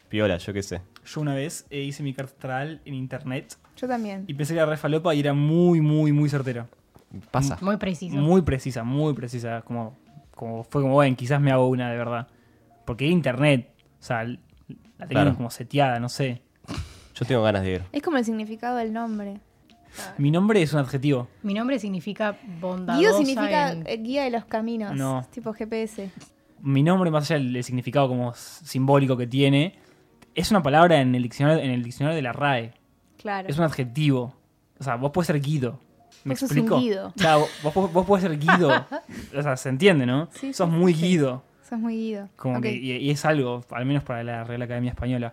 [SPEAKER 6] piola, yo qué sé.
[SPEAKER 3] Yo una vez eh, hice mi carta astral en internet
[SPEAKER 4] Yo también.
[SPEAKER 3] y pensé que era re falopa y era muy, muy, muy certera.
[SPEAKER 6] Pasa.
[SPEAKER 5] Muy preciso.
[SPEAKER 3] Muy precisa, muy precisa. Como, como fue como, bueno, quizás me hago una de verdad. Porque era internet. O sea, l- la teníamos
[SPEAKER 6] Claro.
[SPEAKER 3] como seteada, no sé.
[SPEAKER 6] Yo tengo ganas de ir.
[SPEAKER 4] Es como el significado del nombre.
[SPEAKER 3] Mi nombre es un adjetivo.
[SPEAKER 5] Mi nombre significa bondadosa.
[SPEAKER 4] Guido significa
[SPEAKER 5] en-
[SPEAKER 4] eh, guía de los caminos,
[SPEAKER 3] No.
[SPEAKER 4] tipo GPS.
[SPEAKER 3] Mi nombre, más allá del del significado como s- simbólico que tiene, es una palabra en el diccionario, en el diccionario de la RAE.
[SPEAKER 4] Claro.
[SPEAKER 3] Es un adjetivo. O sea, vos puedes ser Guido. ¿Me
[SPEAKER 4] Vos sos un
[SPEAKER 3] explico?
[SPEAKER 4] Guido.
[SPEAKER 3] Claro, vos- vos, pu- vos puedes ser Guido. O sea, se entiende, ¿no?
[SPEAKER 4] Sí,
[SPEAKER 3] Sos
[SPEAKER 4] sí,
[SPEAKER 3] muy
[SPEAKER 4] sí.
[SPEAKER 3] Guido.
[SPEAKER 4] Sos muy Guido.
[SPEAKER 3] Como
[SPEAKER 4] Ok.
[SPEAKER 3] que- y, y es algo, al menos para la Real Academia Española.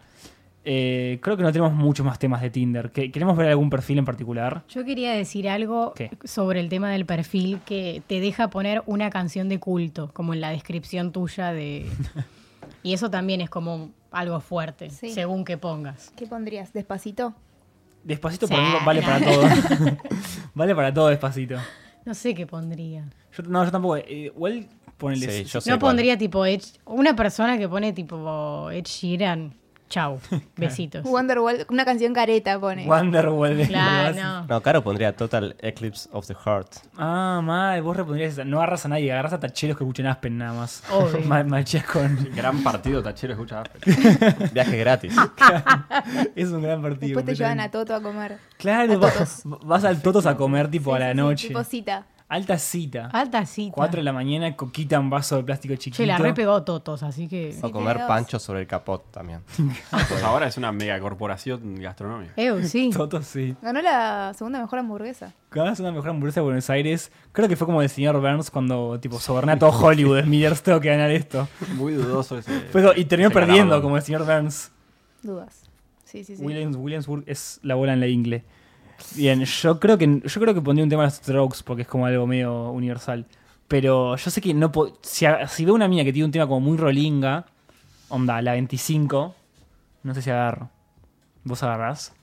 [SPEAKER 3] Eh, creo que no tenemos muchos más temas de Tinder. ¿Que- ¿Queremos ver algún perfil en particular?
[SPEAKER 5] Yo quería decir algo
[SPEAKER 3] ¿Qué?
[SPEAKER 5] sobre el tema del perfil que te deja poner una canción de culto, como en la descripción tuya de... y eso también es como algo fuerte,
[SPEAKER 4] Sí.
[SPEAKER 5] según que pongas.
[SPEAKER 4] ¿Qué pondrías? ¿Despacito?
[SPEAKER 3] Despacito
[SPEAKER 5] Sí,
[SPEAKER 3] para mí vale
[SPEAKER 5] no.
[SPEAKER 3] para todo. vale para todo despacito.
[SPEAKER 5] No sé qué pondría.
[SPEAKER 3] Yo, no, yo tampoco. eh, igual ponele.
[SPEAKER 6] Sí, yo sé
[SPEAKER 5] no
[SPEAKER 6] cuál.
[SPEAKER 5] pondría tipo Ed- una persona que pone tipo Ed Sheeran, chau, besitos.
[SPEAKER 4] Wonderwall, una canción careta pone.
[SPEAKER 3] Wonderwall de
[SPEAKER 5] Claro,
[SPEAKER 3] Gorillaz.
[SPEAKER 5] no.
[SPEAKER 6] No, Caro pondría Total Eclipse of the Heart.
[SPEAKER 3] Ah, mal, vos respondrías esa. No agarras a nadie, agarras a tacheros que escuchen Aspen nada más.
[SPEAKER 5] Obvio.
[SPEAKER 3] Ma- Macheas con.
[SPEAKER 8] Gran partido, Tachero, escucha.
[SPEAKER 6] Viaje gratis.
[SPEAKER 4] Ah,
[SPEAKER 3] Es un gran partido.
[SPEAKER 4] Después te llevan
[SPEAKER 3] completamente.
[SPEAKER 4] a Toto a comer.
[SPEAKER 3] Claro,
[SPEAKER 4] a
[SPEAKER 3] vas-
[SPEAKER 4] Totos.
[SPEAKER 3] vas al Totos a comer tipo a
[SPEAKER 4] Sí,
[SPEAKER 3] la
[SPEAKER 4] sí, sí,
[SPEAKER 3] noche.
[SPEAKER 4] Tipo cita.
[SPEAKER 3] Alta cita.
[SPEAKER 5] Alta cita.
[SPEAKER 3] 4 de la mañana, coquita un vaso de plástico chiquito.
[SPEAKER 5] Che, la repegó Totos, así que...
[SPEAKER 6] O comer pancho sobre el capot también.
[SPEAKER 8] Pues ahora es una megacorporación gastronómica.
[SPEAKER 5] Eu, sí.
[SPEAKER 3] Toto, sí.
[SPEAKER 4] Ganó la segunda mejor hamburguesa.
[SPEAKER 3] Ganas una mejor hamburguesa de Buenos Aires. Creo que fue como el señor Burns cuando tipo soborné a todo Hollywood. Es mi tengo que ganar esto.
[SPEAKER 8] Muy dudoso ese.
[SPEAKER 3] Fue como- y terminó
[SPEAKER 8] ese
[SPEAKER 3] perdiendo
[SPEAKER 8] galardón.
[SPEAKER 3] como el señor Burns.
[SPEAKER 4] Dudas. Sí, sí, sí.
[SPEAKER 3] Williams, Williamsburg es la bola en la ingle. Bien, yo creo que yo creo que pondría un tema de los Strokes porque es como algo medio universal. Pero yo sé que no po- si, a- si veo una mina que tiene un tema como muy rolinga, onda, la 25, no sé si agarro. ¿Vos agarrás?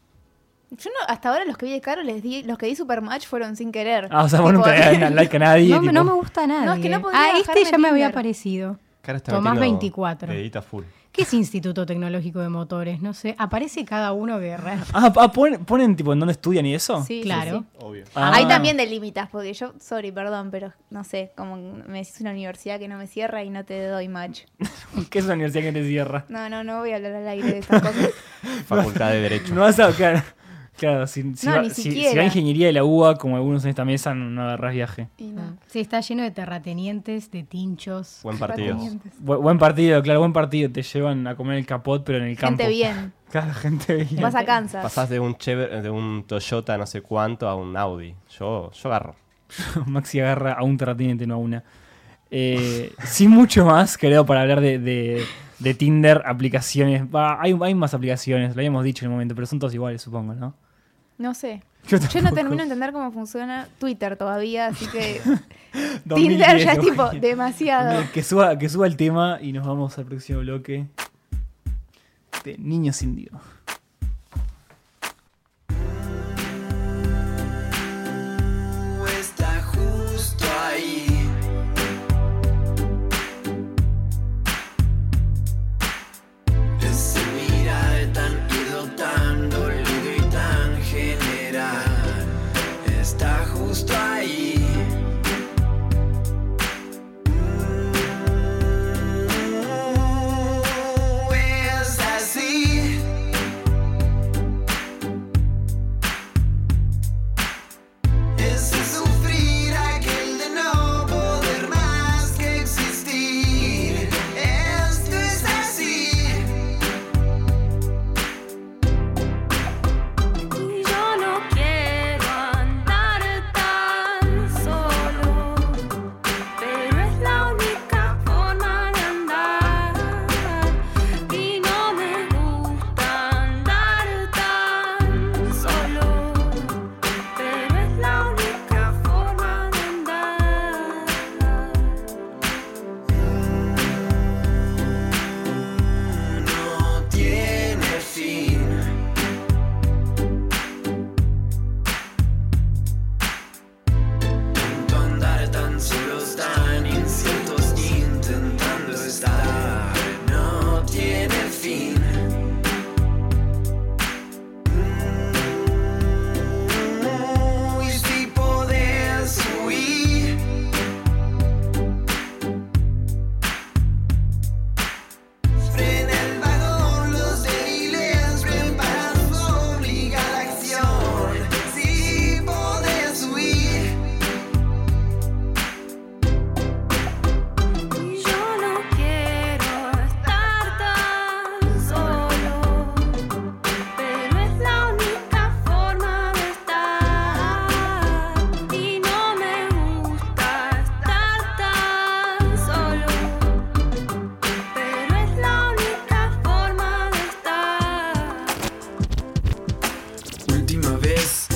[SPEAKER 4] Yo no, hasta ahora los que vi de Caro les di, los que di Supermatch fueron sin querer.
[SPEAKER 3] Ah, o sea, vos no te
[SPEAKER 4] Tipo,
[SPEAKER 3] das like a nadie.
[SPEAKER 9] No,
[SPEAKER 3] tipo.
[SPEAKER 9] no me gusta nada.
[SPEAKER 4] No, es que no podría
[SPEAKER 9] Ah,
[SPEAKER 4] bajarme
[SPEAKER 9] este ya me había
[SPEAKER 4] Tinder.
[SPEAKER 9] aparecido.
[SPEAKER 6] Caro está
[SPEAKER 5] Tomás
[SPEAKER 6] metiendo
[SPEAKER 5] 24.
[SPEAKER 6] Dedito a full.
[SPEAKER 5] ¿Qué es Instituto Tecnológico de Motores? No sé, aparece cada uno que... re-
[SPEAKER 3] Ah, ah, ¿ponen, ponen, tipo en dónde estudian y eso.
[SPEAKER 4] Sí, sí,
[SPEAKER 5] claro.
[SPEAKER 4] sí.
[SPEAKER 6] Obvio.
[SPEAKER 3] Ah.
[SPEAKER 4] Ahí también delimitas, porque yo, sorry, perdón, pero no sé, como me decís una universidad que no me cierra y no te doy match.
[SPEAKER 3] ¿Qué es una universidad que te cierra?
[SPEAKER 4] No, no, no voy a hablar al aire de estas cosas.
[SPEAKER 6] Facultad de Derecho.
[SPEAKER 3] No vas a claro. Claro, si, si
[SPEAKER 4] No,
[SPEAKER 3] va,
[SPEAKER 4] ni
[SPEAKER 3] si- si
[SPEAKER 4] siquiera.
[SPEAKER 3] va ingeniería de la UBA, como algunos en esta mesa, no, no agarrás viaje.
[SPEAKER 4] Y
[SPEAKER 9] Ah.
[SPEAKER 4] no.
[SPEAKER 5] Sí, está lleno de terratenientes, de tinchos.
[SPEAKER 6] Buen partido.
[SPEAKER 4] Terratenientes.
[SPEAKER 3] Bu- buen partido, claro, buen partido. Te llevan a comer el capot, pero en el campo.
[SPEAKER 4] Gente bien.
[SPEAKER 3] Claro, gente bien.
[SPEAKER 4] Vas a Kansas.
[SPEAKER 6] Pasás de un, Chever- de un Toyota no sé cuánto a un Audi. Yo, yo agarro.
[SPEAKER 3] Maxi agarra a un terrateniente, no a una. Eh, sin mucho más, creo, para hablar de, de- de Tinder, aplicaciones. Va, hay, hay más aplicaciones, lo habíamos dicho en el momento, pero son todos iguales, supongo, ¿no?
[SPEAKER 4] No sé.
[SPEAKER 3] Yo
[SPEAKER 4] Yo no
[SPEAKER 3] tampoco.
[SPEAKER 4] termino de entender cómo funciona Twitter todavía, así que
[SPEAKER 3] 2010,
[SPEAKER 4] Tinder ya es
[SPEAKER 3] güey.
[SPEAKER 4] tipo demasiado.
[SPEAKER 3] Que suba, que suba el tema y nos vamos al próximo bloque de Niños Indio.
[SPEAKER 7] está justo ahí. Ese mirar tan ido, tan dolido y tan general está justo ahí. Mm, Es así. Ese sufrir aquel de no poder más que existir. Esto es así.
[SPEAKER 2] Yo no quiero andar tan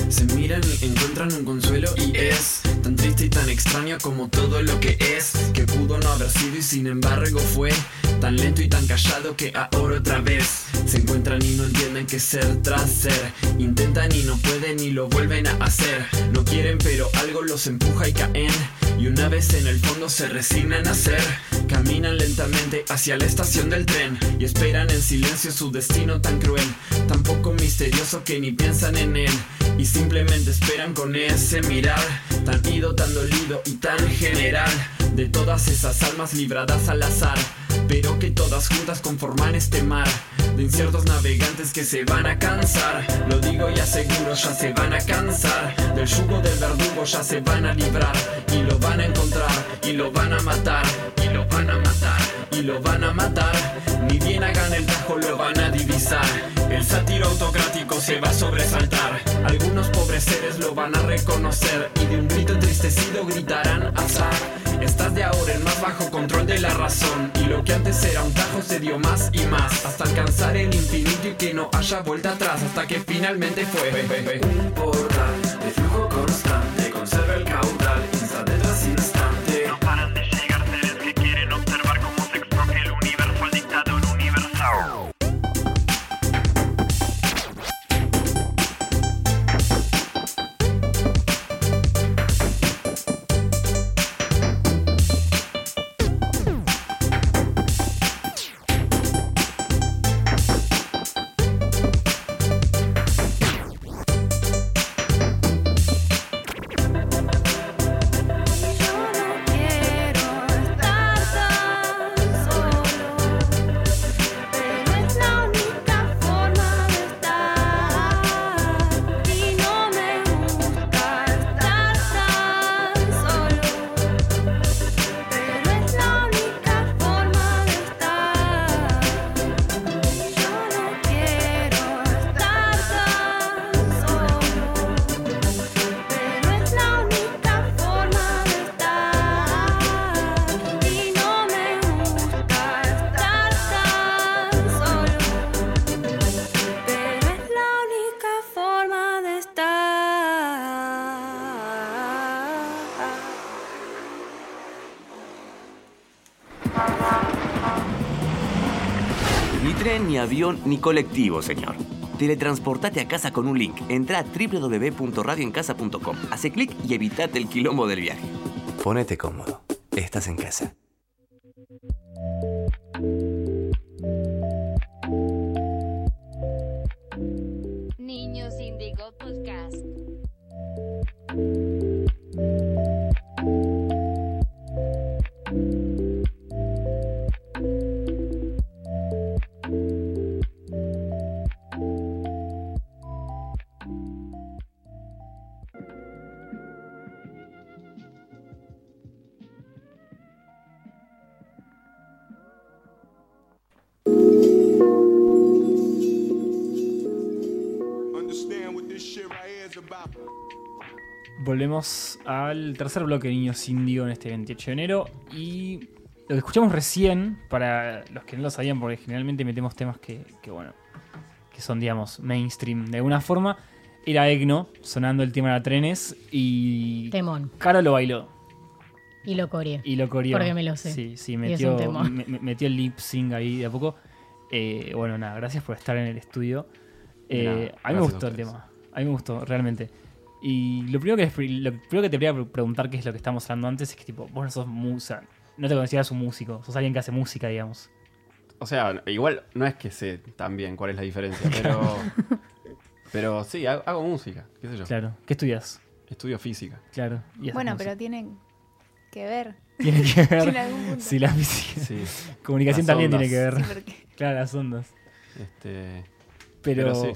[SPEAKER 8] Se miran y encuentran un consuelo y es tan triste y tan extraño como todo lo que es, que pudo no haber sido y sin embargo fue tan lento y tan callado que ahora otra vez se encuentran y no entienden qué ser tras ser, intentan y no pueden y lo vuelven a hacer, no quieren pero algo los empuja y caen y una vez en el fondo se resignan a ser, caminan lentamente hacia la estación del tren y esperan en silencio su destino tan cruel, tan poco misterioso que ni piensan en él y simplemente esperan con ese mirar tan ido, tan dolido y tan general de todas esas almas libradas al azar, pero que todas juntas conforman este mar de inciertos navegantes que se van a cansar. Lo digo y aseguro, ya se van a cansar del yugo del verdugo, ya se van a librar y lo van a encontrar y lo van a matar y lo van a matar y lo van a matar. Ni bien hagan el tajo, lo van a divisar. El sátiro autocrático se va a sobresaltar. Algunos pobres seres lo van a reconocer y de un grito entristecido gritarán azar. Estás de ahora en más bajo control de la razón Y lo que antes era un tajo se dio más y más Hasta alcanzar el infinito y que no haya vuelta atrás Hasta que finalmente fue Un portal de flujo constante Conserva el caudal instante tras instante
[SPEAKER 10] No paran de llegar seres que quieren observar cómo se expropia el universo al dictador universal.
[SPEAKER 2] Yo no quiero estar tan solo, pero es la única forma de estar. Y no me gusta estar tan solo, pero es la única forma de estar. Yo no quiero estar tan solo. Pero es la única forma de estar Y no me gusta estar tan solo Pero es la única forma de estar
[SPEAKER 11] Ni tren, ni avión, ni colectivo, señor. Teletransportate a casa con un link. Entra a www.radioencasa.com. Hace clic y evitate el quilombo del viaje. Ponete cómodo. Estás en casa.
[SPEAKER 4] Niños Indigo Podcast.
[SPEAKER 3] Volvemos al tercer bloque de Niños Indio en este 28 de enero. Y lo que escuchamos recién, para los que no lo sabían, porque generalmente metemos temas que, que, bueno, que son, digamos, mainstream de alguna forma, era Egno sonando el tema de trenes y.
[SPEAKER 5] Temón.
[SPEAKER 3] Caro lo bailó
[SPEAKER 5] Y lo coreé.
[SPEAKER 3] y lo coreó.
[SPEAKER 5] Porque me lo sé.
[SPEAKER 3] Sí, sí,
[SPEAKER 5] es
[SPEAKER 3] metió,
[SPEAKER 5] un temón.
[SPEAKER 3] me- me- metió el lip sync ahí de a poco. Eh, bueno, nada, gracias por estar en el estudio. Eh,
[SPEAKER 12] De nada,
[SPEAKER 3] a mí me
[SPEAKER 12] gracias a
[SPEAKER 3] gustó el
[SPEAKER 12] ustedes.
[SPEAKER 3] tema. A mí me gustó, realmente. Y lo primero, que, les pre- lo primero que te quería pre- preguntar, que es lo que estábamos hablando antes, es que tipo, vos no sos musa. No te consideras un músico, sos alguien que hace música, digamos.
[SPEAKER 12] O sea, igual no es que sé tan bien cuál es la diferencia, pero. pero sí, hago, hago música, qué sé yo.
[SPEAKER 3] Claro. ¿Qué estudias?
[SPEAKER 12] Estudio física.
[SPEAKER 3] Claro. y haces
[SPEAKER 2] Bueno,
[SPEAKER 3] música.
[SPEAKER 2] pero tienen que ver
[SPEAKER 3] Tiene que
[SPEAKER 2] en
[SPEAKER 3] ver.
[SPEAKER 2] algún punto.
[SPEAKER 3] Sí, la física.
[SPEAKER 12] Sí.
[SPEAKER 3] Comunicación
[SPEAKER 12] Las
[SPEAKER 3] también
[SPEAKER 12] ondas.
[SPEAKER 3] tiene que ver.
[SPEAKER 2] Sí, porque-
[SPEAKER 3] Claro, las ondas.
[SPEAKER 12] Este.
[SPEAKER 3] Pero,
[SPEAKER 12] Pero sí.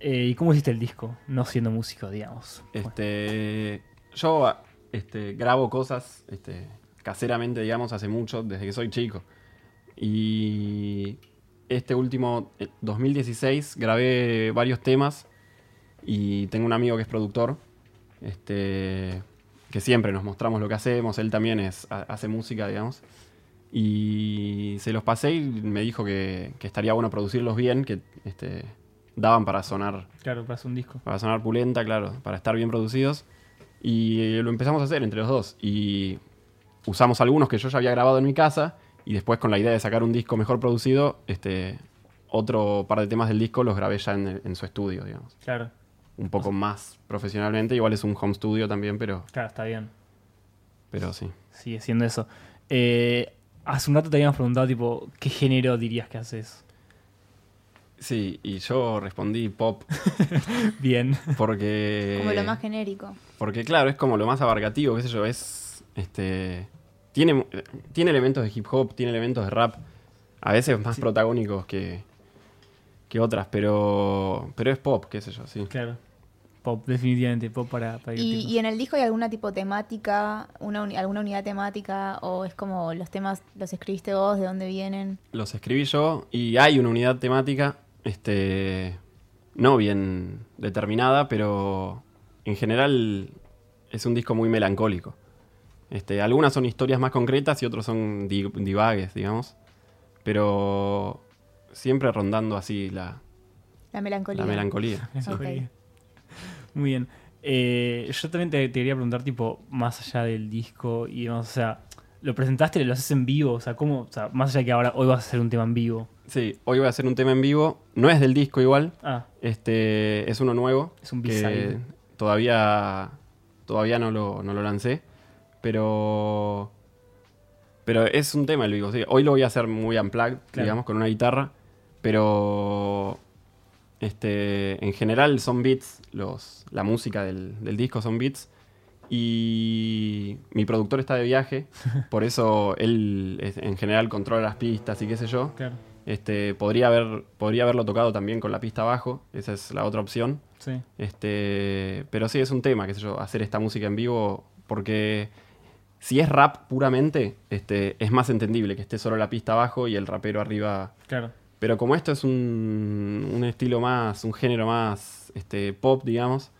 [SPEAKER 3] eh, ¿y cómo hiciste el disco? No siendo músico, digamos.
[SPEAKER 12] Este, yo a- este, grabo cosas este, caseramente, digamos, hace mucho, desde que soy chico. Y este último, eh, 2016, grabé varios temas y tengo un amigo que es productor, este, que siempre nos mostramos lo que hacemos, él también es, ha- hace música, digamos. Y se los pasé y me dijo que, que estaría bueno producirlos bien, que, este,
[SPEAKER 8] daban para sonar.
[SPEAKER 3] Claro, para hacer un disco.
[SPEAKER 8] Para sonar pulenta, claro, para estar bien producidos. Y eh, lo empezamos a hacer entre los dos. Y usamos algunos que yo ya había grabado en mi casa. Y después, con la idea de sacar un disco mejor producido, este, otro par de temas del disco los grabé ya en, el- en su estudio, digamos.
[SPEAKER 3] Claro.
[SPEAKER 8] Un poco más profesionalmente. Igual es un home studio también, pero,
[SPEAKER 3] Claro, está bien.
[SPEAKER 8] pero sí.
[SPEAKER 3] Sigue siendo eso. Eh, hace un rato te habíamos preguntado, tipo, ¿qué género dirías que haces?
[SPEAKER 8] Sí, y yo respondí pop.
[SPEAKER 3] Bien.
[SPEAKER 8] Porque.
[SPEAKER 4] Como lo más genérico.
[SPEAKER 8] Porque claro, es como lo más abarcativo, qué sé yo, es este tiene tiene elementos de hip hop, tiene elementos de rap, a veces más protagónicos que que otras, pero pero es pop, qué sé yo, sí.
[SPEAKER 3] Claro. Pop, definitivamente, pop para, para
[SPEAKER 4] ¿Y,
[SPEAKER 3] divertirnos.
[SPEAKER 4] y en el disco hay alguna tipo temática, una uni- alguna unidad temática o es como los temas los escribiste vos, de dónde vienen?
[SPEAKER 8] Los escribí yo y hay una unidad temática este no bien determinada, pero en general es un disco muy melancólico. Este, algunas son historias más concretas y otros son di- divagues, digamos. Pero siempre rondando así la,
[SPEAKER 4] La melancolía.
[SPEAKER 8] La melancolía. sí.
[SPEAKER 4] Ok.
[SPEAKER 3] Muy bien. Eh, yo también te, te quería preguntar, tipo, más allá del disco y demás, o sea, ¿lo presentaste, lo haces en vivo? O sea, ¿cómo? O sea, más allá de que ahora hoy vas a hacer un tema en vivo.
[SPEAKER 8] Sí, hoy voy a hacer un tema en vivo. No es del disco igual.
[SPEAKER 3] Ah.
[SPEAKER 8] Este, es uno nuevo.
[SPEAKER 3] Es un
[SPEAKER 8] que
[SPEAKER 3] B-side.
[SPEAKER 8] Todavía, todavía no, lo, no lo lancé. Pero. Pero es un tema el vivo. sí. Hoy lo voy a hacer muy unplugged,
[SPEAKER 3] Claro.
[SPEAKER 8] digamos, con una guitarra. Pero. Este, en general son beats. Los, la música del, del disco son beats. Y mi productor está de viaje, por eso él es- en general controla las pistas y qué sé yo.
[SPEAKER 3] Claro.
[SPEAKER 8] Este, podría, haber, podría haberlo tocado también con la pista abajo, esa es la otra opción.
[SPEAKER 3] Sí.
[SPEAKER 8] Este, pero sí, es un tema, qué sé yo, hacer esta música en vivo, porque si es rap puramente, este, es más entendible que esté solo la pista abajo y el rapero arriba.
[SPEAKER 3] Claro.
[SPEAKER 8] Pero como esto es un, un estilo más, un género más este, pop, digamos,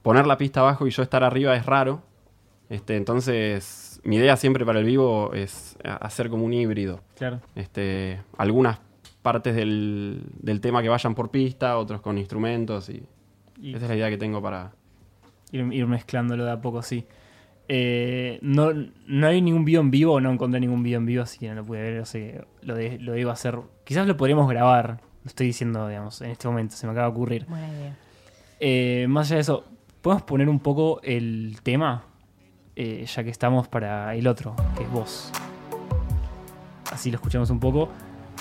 [SPEAKER 8] poner la pista abajo y yo estar arriba es raro. Este, entonces, mi idea siempre para el vivo es a- hacer como un híbrido.
[SPEAKER 3] Claro.
[SPEAKER 8] Este, algunas partes del, del tema que vayan por pista, otros con instrumentos y,
[SPEAKER 3] Y-
[SPEAKER 8] esa es la idea que tengo para...
[SPEAKER 3] Ir, ir mezclándolo de a poco, sí. Eh, no, no hay ningún video en vivo, no encontré ningún video en vivo, así que no lo pude ver. O sea, lo, de, lo iba a hacer. Quizás lo podríamos grabar, lo estoy diciendo, digamos, en este momento, se me acaba de ocurrir.
[SPEAKER 5] Buena idea.
[SPEAKER 3] Eh, más allá de eso, ¿podemos poner un poco el tema? Eh, ya que estamos para el otro, que es vos. Así lo escuchamos un poco.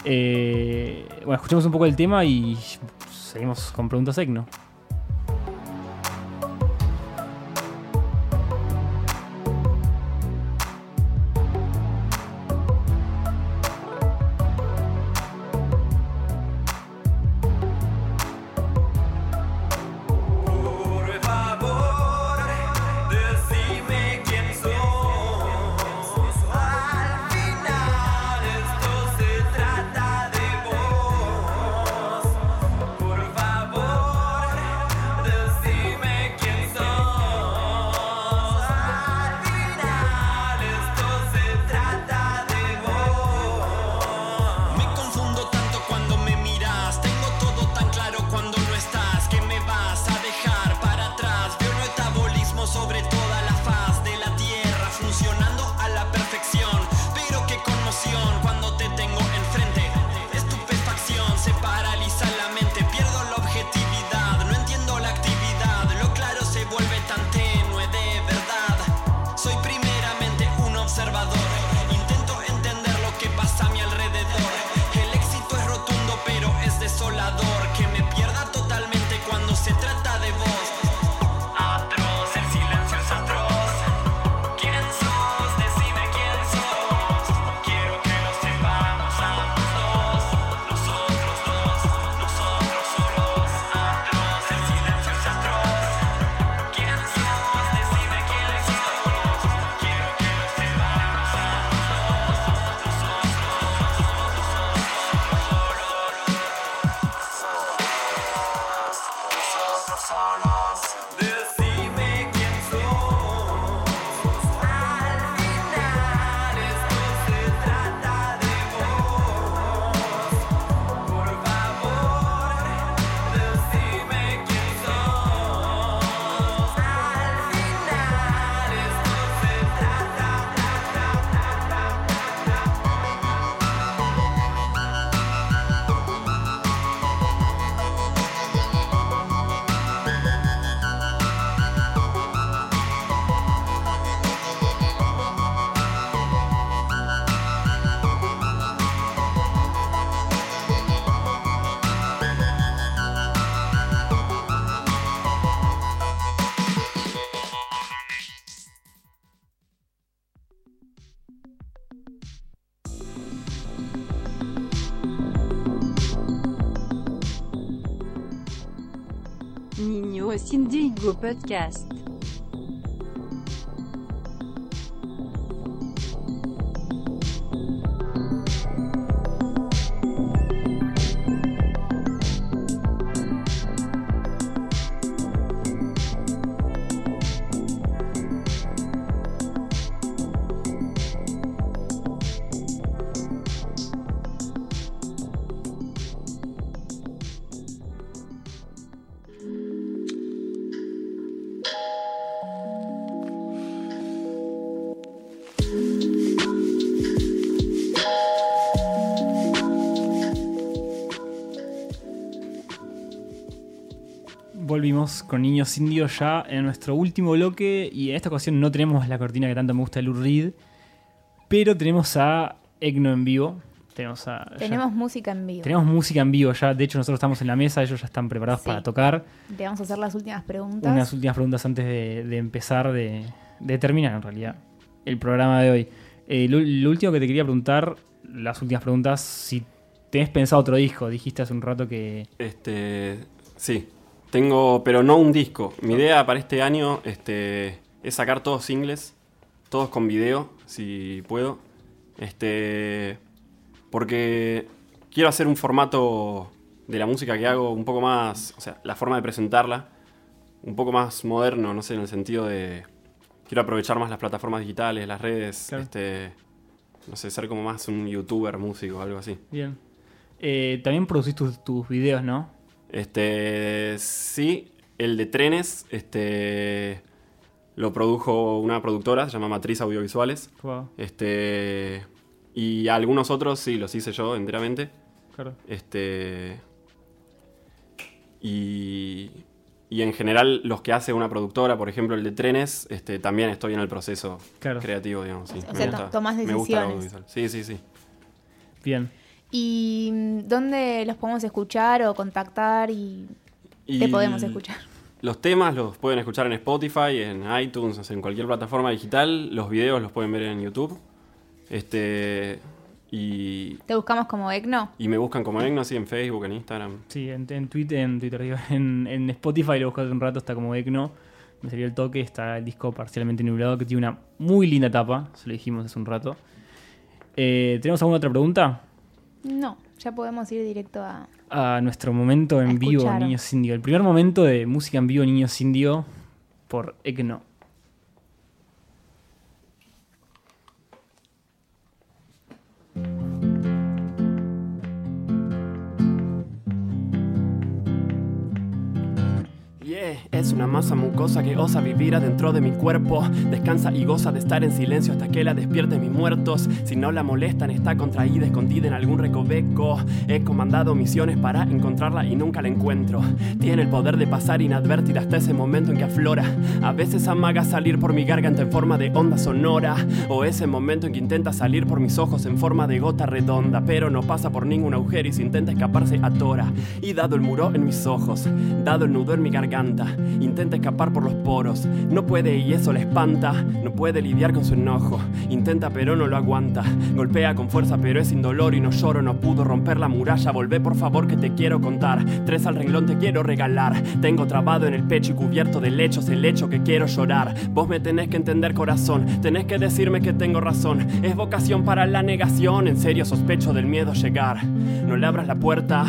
[SPEAKER 3] Eh, bueno, escuchamos un poco el tema y seguimos con preguntas ECNO.
[SPEAKER 9] Por favor, decime quién sos. Al final esto se trata de vos. Por favor,
[SPEAKER 13] Niños Indigo Podcast.
[SPEAKER 3] Volvimos con Niños Indios ya en nuestro último bloque y en esta ocasión no tenemos la cortina que tanto me gusta de Lou Reed, pero tenemos a Egno en vivo. Tenemos a. ya-
[SPEAKER 4] Tenemos música en vivo.
[SPEAKER 3] tenemos música en vivo ya. De hecho, nosotros estamos en la mesa, ellos ya están preparados
[SPEAKER 4] Sí.
[SPEAKER 3] para tocar.
[SPEAKER 4] Le vamos a hacer las últimas preguntas.
[SPEAKER 3] Unas últimas preguntas antes de, de empezar, de, de terminar en realidad el programa de hoy. Eh, lo, lo último que te quería preguntar, las últimas preguntas, si tenés pensado otro disco, dijiste hace un rato que...
[SPEAKER 14] Este, sí, tengo, pero no un disco. Mi idea para este año este, es sacar todos singles, todos con video, si puedo. Este, porque quiero hacer un formato de la música que hago un poco más, o sea, la forma de presentarla, un poco más moderno, no sé, en el sentido de quiero aprovechar más las plataformas digitales, las redes, este, no sé, ser como más un youtuber, músico, algo así.
[SPEAKER 3] Bien. Eh, también producís tus, tus videos, ¿no?
[SPEAKER 14] Este, sí, el de trenes, este, lo produjo una productora, se llama Matriz Audiovisuales.
[SPEAKER 3] Wow.
[SPEAKER 14] Este, y algunos otros sí, los hice yo enteramente.
[SPEAKER 3] Claro.
[SPEAKER 14] Este, y, y en general los que hace una productora, por ejemplo el de trenes, este, también estoy en el proceso
[SPEAKER 3] Claro.
[SPEAKER 14] creativo, digamos. Sí.
[SPEAKER 4] O sea, to- tomás
[SPEAKER 14] me gusta lo
[SPEAKER 4] decisiones.
[SPEAKER 14] audiovisual. Sí, sí, sí.
[SPEAKER 3] Bien.
[SPEAKER 4] ¿Y mm, dónde los podemos escuchar o contactar y, te
[SPEAKER 14] Y
[SPEAKER 4] podemos escuchar?
[SPEAKER 14] Los temas los pueden escuchar en Spotify, en iTunes, o sea, en cualquier plataforma digital. Los videos los pueden ver en YouTube. Este. Y.
[SPEAKER 4] ¿Te buscamos como ECNO?
[SPEAKER 14] y me buscan como Egno, así en Facebook, en Instagram.
[SPEAKER 3] Sí, en, en Twitter, en Twitter, digo, en, en Spotify lo busqué hace un rato, está como Ecno. Me salió el toque, está el disco parcialmente nublado que tiene una muy linda tapa, se lo dijimos hace un rato. Eh, ¿Tenemos alguna otra pregunta?
[SPEAKER 4] No, ya podemos ir directo a...
[SPEAKER 3] a nuestro momento en vivo,
[SPEAKER 4] escuchar.
[SPEAKER 3] Niños Indio. El primer momento de música en vivo, Niños Indio, por Ekno.
[SPEAKER 8] Yeah, es una masa mucosa que osa vivir adentro de mi cuerpo. Descansa y goza de estar en silencio hasta que la despierte mis muertos. Si no la molestan, está contraída, escondida en algún recoveco. He comandado misiones para encontrarla y nunca la encuentro. Tiene el poder de pasar inadvertida hasta ese momento en que aflora. A veces amaga salir por mi garganta en forma de onda sonora. O ese momento en que intenta salir por mis ojos en forma de gota redonda. Pero no pasa por ningún agujero y si intenta escaparse atora. Y dado el muro en mis ojos, dado el nudo en mi garganta, intenta escapar por los poros. No puede y eso le espanta, no puede lidiar con su enojo. Intenta pero no lo aguanta. Golpea con fuerza pero es sin dolor y no lloro, no pudo romper la muralla. Volvé por favor que te quiero contar. Tres al renglón te quiero regalar. Tengo trabado en el pecho y cubierto de lechos el hecho que quiero llorar. Vos me tenés que entender corazón, tenés que decirme que tengo razón. Es vocación para la negación, en serio sospecho del miedo llegar. No le abras la puerta,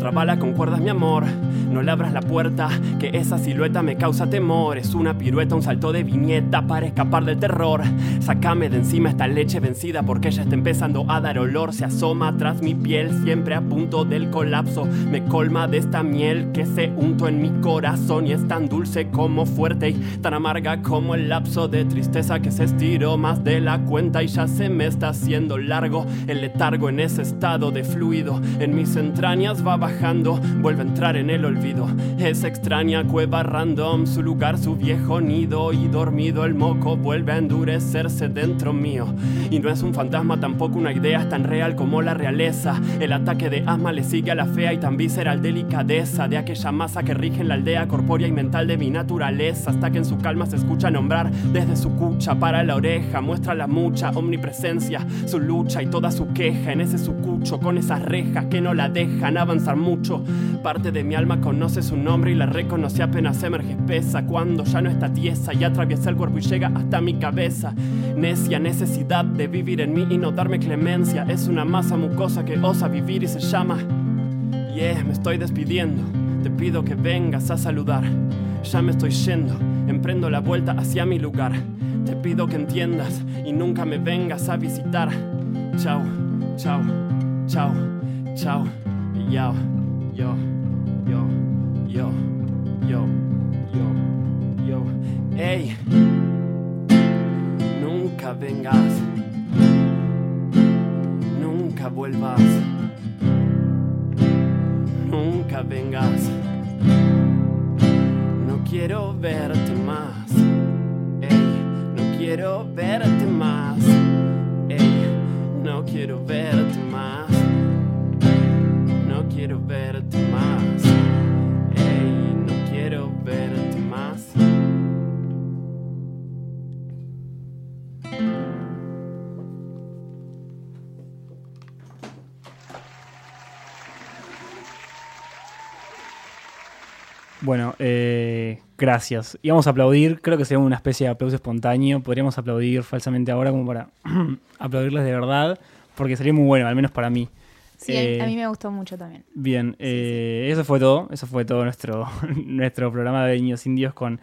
[SPEAKER 8] trabala con cuerdas mi amor. No le abras la puerta, que esa silueta me causa temor. Es una pirueta, un salto de viñeta para escapar del terror. Sácame de encima esta leche vencida porque ella está empezando a dar olor. Se asoma tras mi piel, siempre a punto del colapso. Me colma de esta miel que se untó en mi corazón y es tan dulce como fuerte y tan amarga como el lapso de tristeza que se estiró más de la cuenta y ya se me está haciendo largo. El letargo en ese estado de fluido en mis entrañas va bajando, vuelve a entrar en el olvido. Es extraña cueva random, su lugar, su viejo nido y dormido el moco vuelve a endurecerse dentro mío. Y no es un fantasma, tampoco una idea es tan real como la realeza. El ataque de asma le sigue a la fea y tan visceral delicadeza de aquella masa que rige en la aldea corpórea y mental de mi naturaleza. Hasta que en su calma se escucha nombrar desde su cucha para la oreja. Muestra la mucha omnipresencia, su lucha y toda su queja en ese sucucho con esas rejas que no la dejan avanzar avanzar mucho. Parte de mi alma conoce su nombre y la reconocí apenas emerge espesa. Cuando ya no está tiesa y atraviesa el cuerpo y llega hasta mi cabeza. Necia necesidad de vivir en mí y no darme clemencia. Es una masa mucosa que osa vivir y se llama. Yeah, me estoy despidiendo. Te pido que vengas a saludar. Ya me estoy yendo, emprendo la vuelta hacia mi lugar. Te pido que entiendas y nunca me vengas a visitar. Chao, chao, chao, chao. Yo, yo, yo, yo, yo, yo, yo. Ey, nunca vengas. Nunca vuelvas. Nunca vengas. No quiero verte más. Ey, no quiero verte más. Ey, no quiero verte más. No quiero verte más. Ey, no quiero verte más.
[SPEAKER 3] Bueno, eh, gracias. Íbamos a aplaudir, creo que sería una especie de aplauso espontáneo. Podríamos aplaudir falsamente ahora como para aplaudirles de verdad, porque sería muy bueno, al menos para mí.
[SPEAKER 4] Sí, a-
[SPEAKER 3] Eh,
[SPEAKER 4] a mí me gustó mucho también.
[SPEAKER 3] Bien, eh, eso fue todo. Eso fue todo nuestro, nuestro programa de Niños Indios con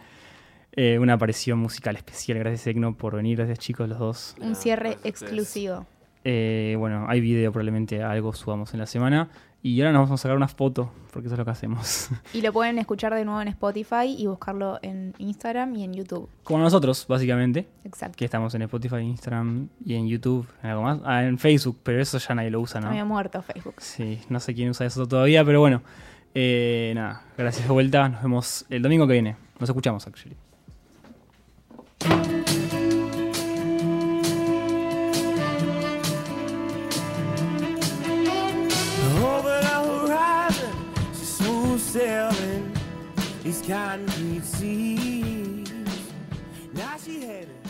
[SPEAKER 3] eh, una aparición musical especial. Gracias, Egno, por venir. Gracias, chicos, los dos.
[SPEAKER 4] Un cierre exclusivo.
[SPEAKER 3] Eh, bueno, hay video, probablemente algo subamos en la semana. Y ahora nos vamos a sacar una foto, porque eso es lo que hacemos.
[SPEAKER 4] Y lo pueden escuchar de nuevo en Spotify y buscarlo en Instagram y en YouTube.
[SPEAKER 3] Como nosotros, básicamente.
[SPEAKER 4] Exacto.
[SPEAKER 3] Que estamos en Spotify, Instagram y en YouTube, en algo más. Ah, en Facebook, pero eso ya nadie lo usa, ¿no?
[SPEAKER 4] Me ha muerto Facebook.
[SPEAKER 3] Sí, no sé quién usa eso todavía, pero bueno. Eh, nada, gracias de vuelta. Nos vemos el domingo que viene. Nos escuchamos, actually.
[SPEAKER 15] Over the horizon, she's smooth sailing these concrete seas. Now she headed.